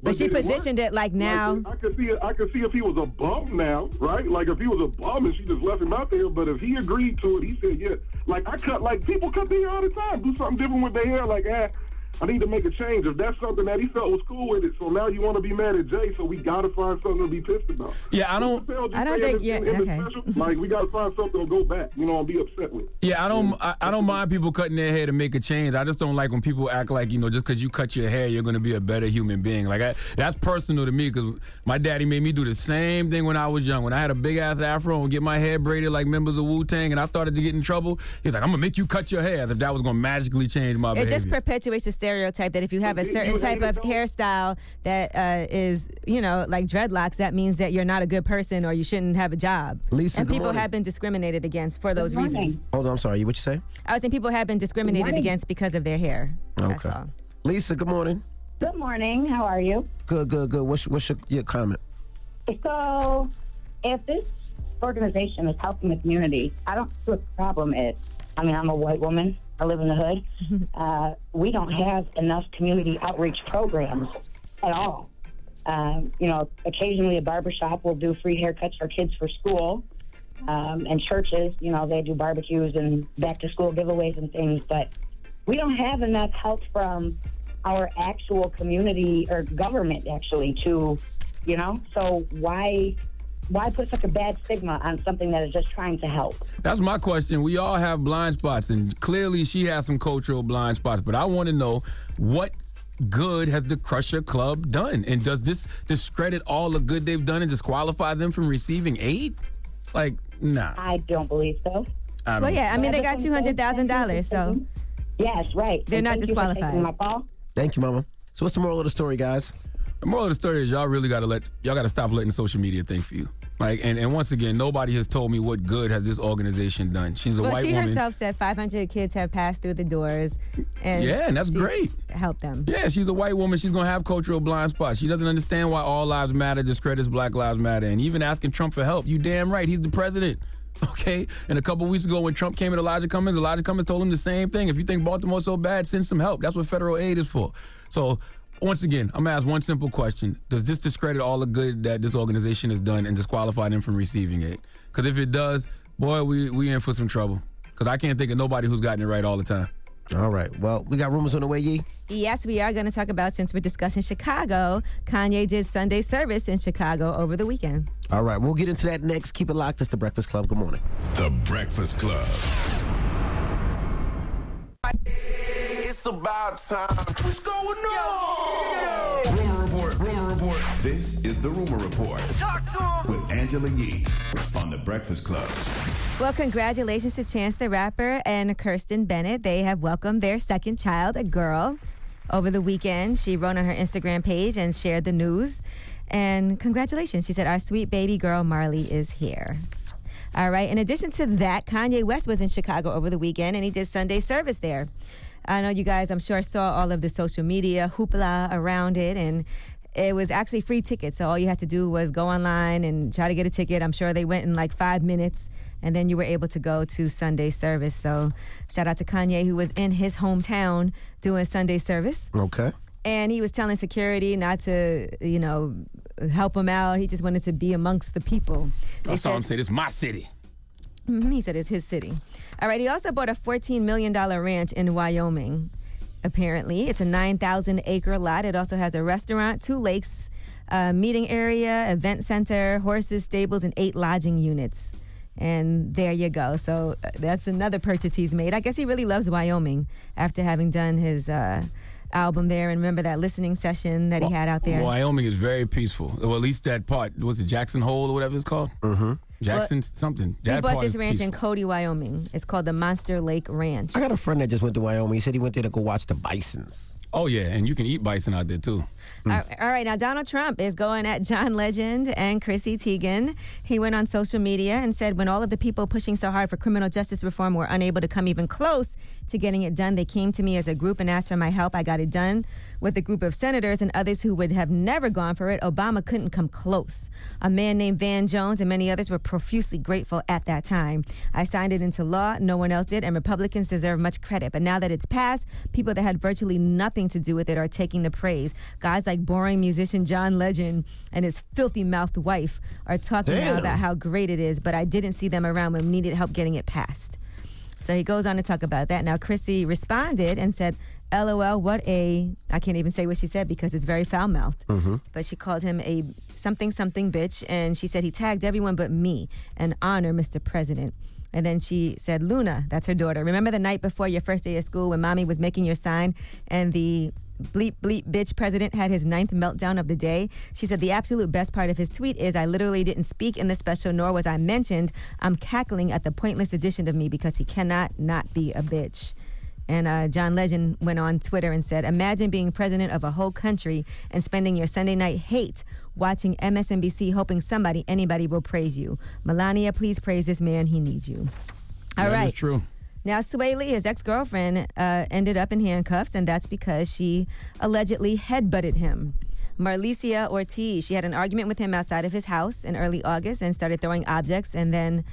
S9: But, she
S27: did it work?
S9: positioned it like now.
S27: I could see. I could see if he was a bum now, right? Like if he was a bum and she just left him out there. But if he agreed to it, he said yeah. Like I cut. Like people cut their hair all the time. Do something different with their hair. Like ah, I need to make a change. If that's something that he felt was cool with it, so now you want to be mad at Jay, so we gotta find something to be pissed about.
S10: Yeah, I don't.
S9: I don't think- yeah, okay.
S27: Like we gotta find something to go back, you know, and be upset with.
S10: Yeah, I don't. I, I don't mind people cutting their hair to make a change. I just don't like when people act like you know, just because you cut your hair, you're gonna be a better human being. Like I, that's personal to me because my daddy made me do the same thing when I was young. When I had a big ass afro and get my hair braided like members of Wu Tang, and I started to get in trouble, he's like, "I'm gonna make you cut your hair." As if that was gonna magically change my
S9: It
S10: uh, behavior.
S9: just perpetuates the stereotype that if you have a certain type of hairstyle that uh, is, you know, like dreadlocks, that means that you're not a good person or you shouldn't have a job.
S7: Lisa,
S9: and
S7: good
S9: people
S7: morning.
S9: have been discriminated against for those
S7: morning.
S9: reasons.
S7: Hold on, I'm sorry. What you say?
S9: I was saying people have been discriminated
S7: morning.
S9: against because of their hair.
S7: Okay. Lisa, good morning.
S28: Good morning. How are you?
S7: Good, good, good. What's what's your, your comment?
S28: So, if this organization is helping the community, I don't see what the problem is. I mean, I'm a white woman. I live in the hood. Uh, we don't have enough community outreach programs at all. Um, you know, occasionally a barbershop will do free haircuts for kids for school. Um, and churches, you know, they do barbecues and back to school giveaways and things. But we don't have enough help from our actual community or government actually to you know so why why put such a bad stigma on something that is just trying to help
S10: That's my question. We all have blind spots, and clearly she has some cultural blind spots. But I want to know what good has the Crusher Club done, and does this discredit all the good they've done and disqualify them from receiving aid? Like, nah.
S28: I don't believe so.
S10: I don't
S9: Well, yeah, I mean, they got $200,000, so.
S28: Yes, right.
S9: They're
S28: And
S9: not
S28: thank you for taking
S9: disqualified.
S28: my call.
S7: Thank you, Mama. So what's the moral of the story, guys?
S10: The moral of the story is y'all really gotta let y'all gotta stop letting social media think for you. Like, and, and once again, nobody has told me what good has this organization done. She's a
S9: well,
S10: white
S9: she
S10: woman.
S9: herself said 500 kids have passed through the doors. And
S10: Yeah, and that's
S9: she's
S10: great.
S9: Helped them.
S10: Yeah, she's a white woman. She's gonna have cultural blind spots. She doesn't understand why all lives matter, discredits Black Lives Matter, and even asking Trump for help. You damn right, he's the president. (laughs) Okay, and a couple weeks ago when Trump came at Elijah Cummings, Elijah Cummings told him the same thing. If you think Baltimore's so bad, send some help. That's what federal aid is for. So, once again, I'm gonna ask one simple question: Does this discredit all the good that this organization has done and disqualify them from receiving it? Because if it does, boy, we we in for some trouble. Because I can't think of nobody who's gotten it right all the time.
S7: All right. Well, we got rumors on the way, Yee.
S9: Yes, we are going to talk about since we're discussing Chicago. Kanye did Sunday service in Chicago over the weekend.
S7: All right, we'll get into that next. Keep it locked. It's the Breakfast Club. Good morning.
S3: The Breakfast Club.
S14: It's about time. What's going on? Rumor report. Rumor report.
S3: This is the Rumor Report
S14: Talk to him.
S3: with Angela Yee on The Breakfast Club.
S9: Well, congratulations to Chance the Rapper and Kirsten Bennett. They have welcomed their second child, a girl, over the weekend. She wrote on her Instagram page and shared the news. And congratulations. She said, Our sweet baby girl, Marley, is here. All right. In addition to that, Kanye West was in Chicago over the weekend and he did Sunday service there. I know you guys, I'm sure, saw all of the social media hoopla around it, and it was actually free tickets. So all you had to do was go online and try to get a ticket. I'm sure they went in like five minutes, and then you were able to go to Sunday service. So shout out to Kanye, who was in his hometown doing Sunday service
S7: Okay.
S9: and he was telling security not to, you know, help him out. He just wanted to be amongst the people.
S10: I saw him say, "This is my city."
S9: Mhm, He said it's his city. All right. He also bought a $14 million ranch in Wyoming, apparently. It's a 9,000 acre lot. It also has a restaurant, two lakes, a meeting area, event center, horses, stables, and eight lodging units. And there you go. So uh, that's another purchase he's made. I guess he really loves Wyoming after having done his uh, album there. And remember that listening session that he had out there?
S10: Wyoming is very peaceful. Well, at least that part was it Jackson Hole or whatever it's called. Mm-hmm. Jackson something.
S9: he
S10: That
S9: bought
S10: part
S9: this
S10: is
S9: ranch in
S10: peaceful.
S9: Cody, Wyoming. It's called the Monster Lake Ranch.
S7: I got a friend that just went to Wyoming. He said he went there to go watch the bisons.
S10: Oh yeah, and you can eat bison out there too.
S9: All all right, now Donald Trump is going at John Legend and Chrissy Teigen. He went on social media and said, when all of the people pushing so hard for criminal justice reform were unable to come even close to getting it done, they came to me as a group and asked for my help. I got it done with a group of senators and others who would have never gone for it. Obama couldn't come close. A man named Van Jones and many others were profusely grateful at that time. I signed it into law, no one else did, and Republicans deserve much credit. But now that it's passed, people that had virtually nothing to do with it are taking the praise. Guys like boring musician John Legend and his filthy mouthed wife are talking now
S19: Damn.
S9: about how great it is, but I didn't see them around when we needed help getting it passed. So he goes on to talk about that. Now, Chrissy responded and said, LOL, what a. I can't even say what she said because it's very foul mouthed.
S6: Mm-hmm.
S9: But she called him a something something bitch, and she said he tagged everyone but me. An honor, Mr. President. And then she said, Luna, that's her daughter. Remember the night before your first day of school when mommy was making your sign and the bleep bleep bitch president had his ninth meltdown of the day? She said, The absolute best part of his tweet is I literally didn't speak in the special, nor was I mentioned. I'm cackling at the pointless addition of me because he cannot not be a bitch. And uh, John Legend went on Twitter and said, Imagine being president of a whole country and spending your Sunday night hate watching MSNBC, hoping somebody, anybody will praise you. Melania, please praise this man. He needs you. All right.
S10: That's true.
S9: Now, Sway Lee, his ex girlfriend, uh, ended up in handcuffs, and that's because she allegedly headbutted him. Marlicia Ortiz, she had an argument with him outside of his house in early August and started throwing objects and then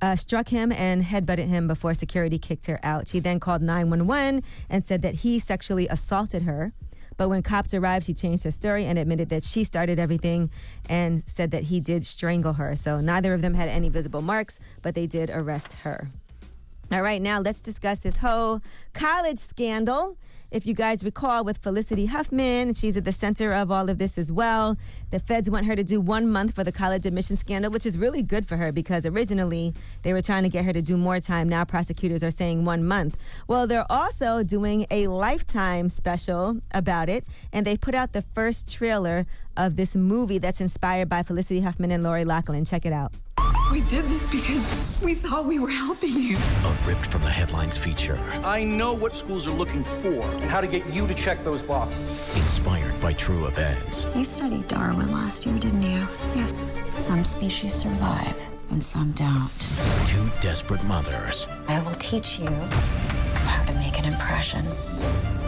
S9: uh, struck him and headbutted him before security kicked her out. She then called 911 and said that he sexually assaulted her. But when cops arrived, she changed her story and admitted that she started everything and said that he did strangle her. So neither of them had any visible marks, but they did arrest her. All right, now let's discuss this whole college scandal. If you guys recall, with Felicity Huffman, she's at the center of all of this as well. The feds want her to do one month for the college admission scandal, which is really good for her because originally they were trying to get her to do more time. Now prosecutors are saying one month. Well, they're also doing a lifetime special about it, and they put out the first trailer of this movie that's inspired by Felicity Huffman and Lori Loughlin. Check it out.
S15: We did this because we thought we were helping you.
S17: A ripped from the headlines feature
S18: I know what schools are looking for and how to get you to check those boxes.
S17: inspired by true events.
S19: You studied Darwin last year, didn't you? Yes. Some species survive and some don't.
S17: (laughs) Two desperate mothers
S19: I will teach you how to make an impression.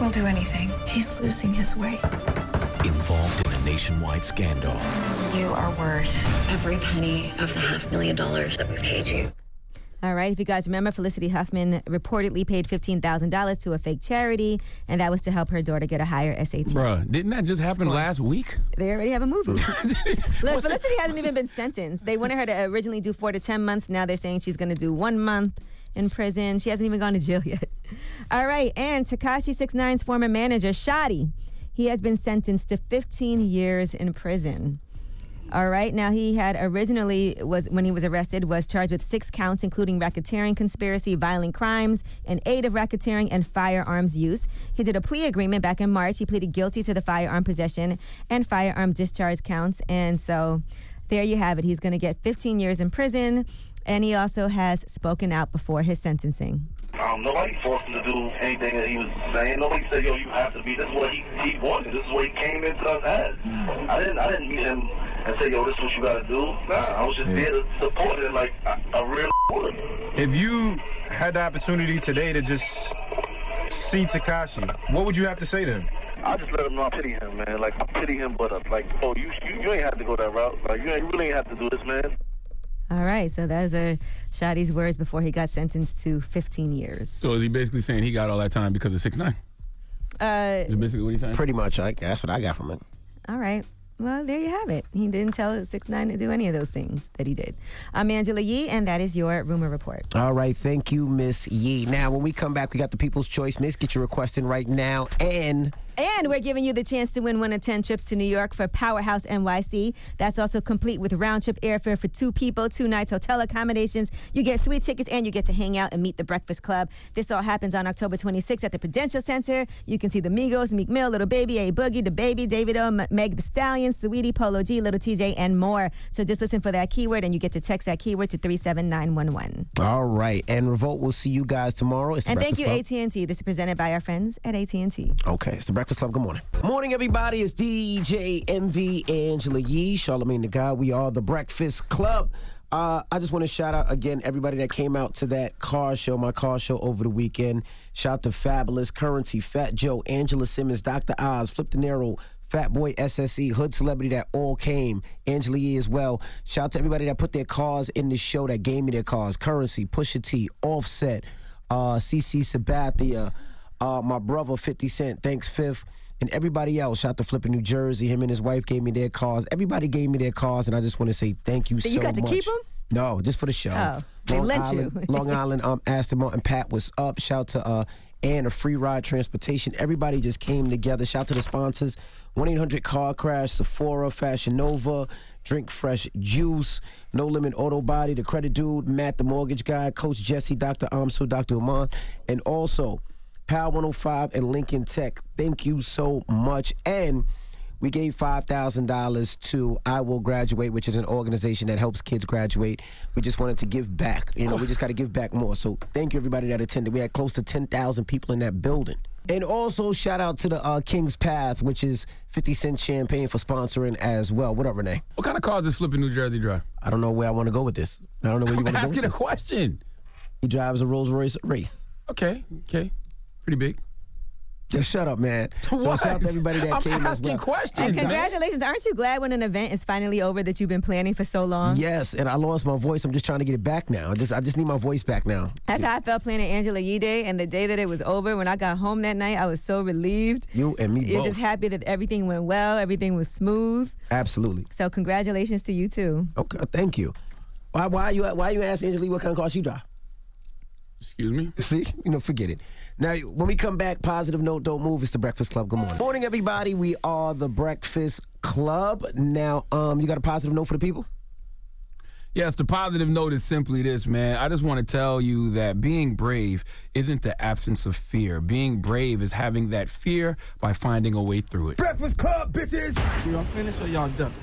S19: We'll do anything. He's losing his way.
S17: involved in a nationwide scandal.
S19: You are worth every penny of the half million dollars that we paid you.
S9: All right, if you guys remember, Felicity Huffman reportedly paid $15,000 to a fake charity, and that was to help her daughter get a higher SAT.
S10: Bruh, didn't that just happen last week?
S9: They already have a movie. Look, Felicity hasn't even been sentenced. They wanted her to originally do four to 10 months. Now they're saying she's going to do one month in prison. She hasn't even gone to jail (laughs) yet. All right, and Takashi 69's former manager, Shoddy, he has been sentenced to 15 years in prison. All right. Now he had originally was when he was arrested was charged with six counts, including racketeering conspiracy, violent crimes, and aid of racketeering and firearms use. He did a plea agreement back in March. He pleaded guilty to the firearm possession and firearm discharge counts, and so there you have it. He's going to get 15 years in prison, and he also has spoken out before his sentencing.
S29: Um, nobody forced him to do anything that he was saying. Nobody said, "Yo, you have to be." This is what he, he wanted. This is what he came into us as. I didn't I didn't meet him and say, "Yo, this is what you got to do." Nah, I was just there to support it like a, a real woman.
S30: If you had the opportunity today to just see Takashi, what would you have to say to him?
S29: I just let him know I pity him, man. Like I pity him, but uh, like, oh, you, you you ain't have to go that route. Like you ain't you really ain't have to do this, man.
S9: All right. So those are Shadi's words before he got sentenced to 15 years.
S10: So is he basically saying he got all that time because of six nine?
S9: Uh,
S10: Is basically what he's saying?
S7: Pretty much. I, that's what I got from it.
S9: All right. Well, there you have it. He didn't tell Six Nine to do any of those things that he did. I'm Angela Yee, and that is your rumor report.
S7: All right, thank you, Miss Yee. Now, when we come back, we got the People's Choice Miss. Get your request in right now, and
S9: And we're giving you the chance to win one of 10 trips to New York for Powerhouse NYC. That's also complete with round trip airfare for two people, two nights, hotel accommodations. You get three tickets and you get to hang out and meet the Breakfast Club. This all happens on October 26th at the Prudential Center. You can see the Migos, Meek Mill, Little Baby, A Boogie, The Baby, David O, M- Meg The Stallion, Sweetie, Polo G, Little TJ, and more. So just listen for that keyword and you get to text that keyword to 37911.
S7: all right, and Revolt. We'll see you guys tomorrow. It's the
S9: And thank
S7: Breakfast
S9: you,
S7: Club.
S9: AT&T. This is presented by our friends at AT&T.
S7: Okay, it's the Breakfast Club. Good morning. Morning, everybody. It's DJ MV Angela Yee, Charlemagne the Guy. We are the Breakfast Club. Uh, I just want to shout out again everybody that came out to that car show, my car show over the weekend. Shout out to Fabulous, Currency, Fat Joe, Angela Simmons, Dr. Oz, Flip the Narrow, Fat Boy SSE, Hood Celebrity that all came. Angela Yee as well. Shout out to everybody that put their cars in the show that gave me their cars. Currency, Pusha T, Offset, uh, CC Sabathia, uh, my brother 50 Cent, thanks Fifth, and everybody else. Shout out to Flippin' New Jersey. Him and his wife gave me their cars. Everybody gave me their cars, and I just want to say thank you
S9: So
S7: so,
S9: you got to
S7: much.
S9: keep 'em?
S7: No, just for the show.
S9: Oh, they lent you.
S7: Island, Long Island, um, Aston Martin Pat was up. Shout to uh, and a free ride transportation. Everybody just came together. Shout out to the sponsors 1 800 Car Crash, Sephora, Fashion Nova, Drink Fresh Juice, No Limit Auto Body, The Credit Dude, Matt the Mortgage Guy, Coach Jesse, Dr. Amsu, Dr. Oman, and also Power 105 and Lincoln Tech. Thank you so much. And we gave $5,000 to I Will Graduate, which is an organization that helps kids graduate. We just wanted to give back. You know, we just got to give back more. So thank you, everybody that attended. We had close to 10,000 people in that building. And also, shout out to the uh, King's Path, which is 50 Cent Champagne for sponsoring as well. What up, Renee?
S10: What kind of cars is flipping New Jersey dry?
S7: I don't know where I want to go with this. I don't know where you want to go
S10: Asking
S7: with
S10: a
S7: this.
S10: question.
S7: He drives a Rolls Royce Wraith.
S10: Okay, okay. Pretty big.
S7: Yeah, shut up, man. So
S10: (laughs) What?
S7: shout out to everybody that
S10: I'm
S7: came as
S10: asking
S7: well.
S10: questions,
S9: And congratulations. Aren't you glad when an event is finally over that you've been planning for so long?
S7: Yes, and I lost my voice. I'm just trying to get it back now. I just I just need my voice back now.
S9: That's how I felt planning Angela Yee Day. And the day that it was over, when I got home that night, I was so relieved.
S7: You and me
S9: You're
S7: both.
S9: just happy that everything went well, everything was smooth.
S7: Absolutely.
S9: So, congratulations to you, too.
S7: Okay, thank you. Why why you why you ask Angela Lee what kind of car she drive?
S10: Excuse me.
S7: (laughs) See, you know, forget it. Now, when we come back, positive note, don't move. It's the Breakfast Club. Good morning. Morning, everybody. We are the Breakfast Club. Now, um, you got a positive note for the people?
S10: Yes, the positive note is simply this, man. I just want to tell you that being brave isn't the absence of fear. Being brave is having that fear by finding a way through it.
S4: Breakfast Club, bitches! Y'all finished or y'all done?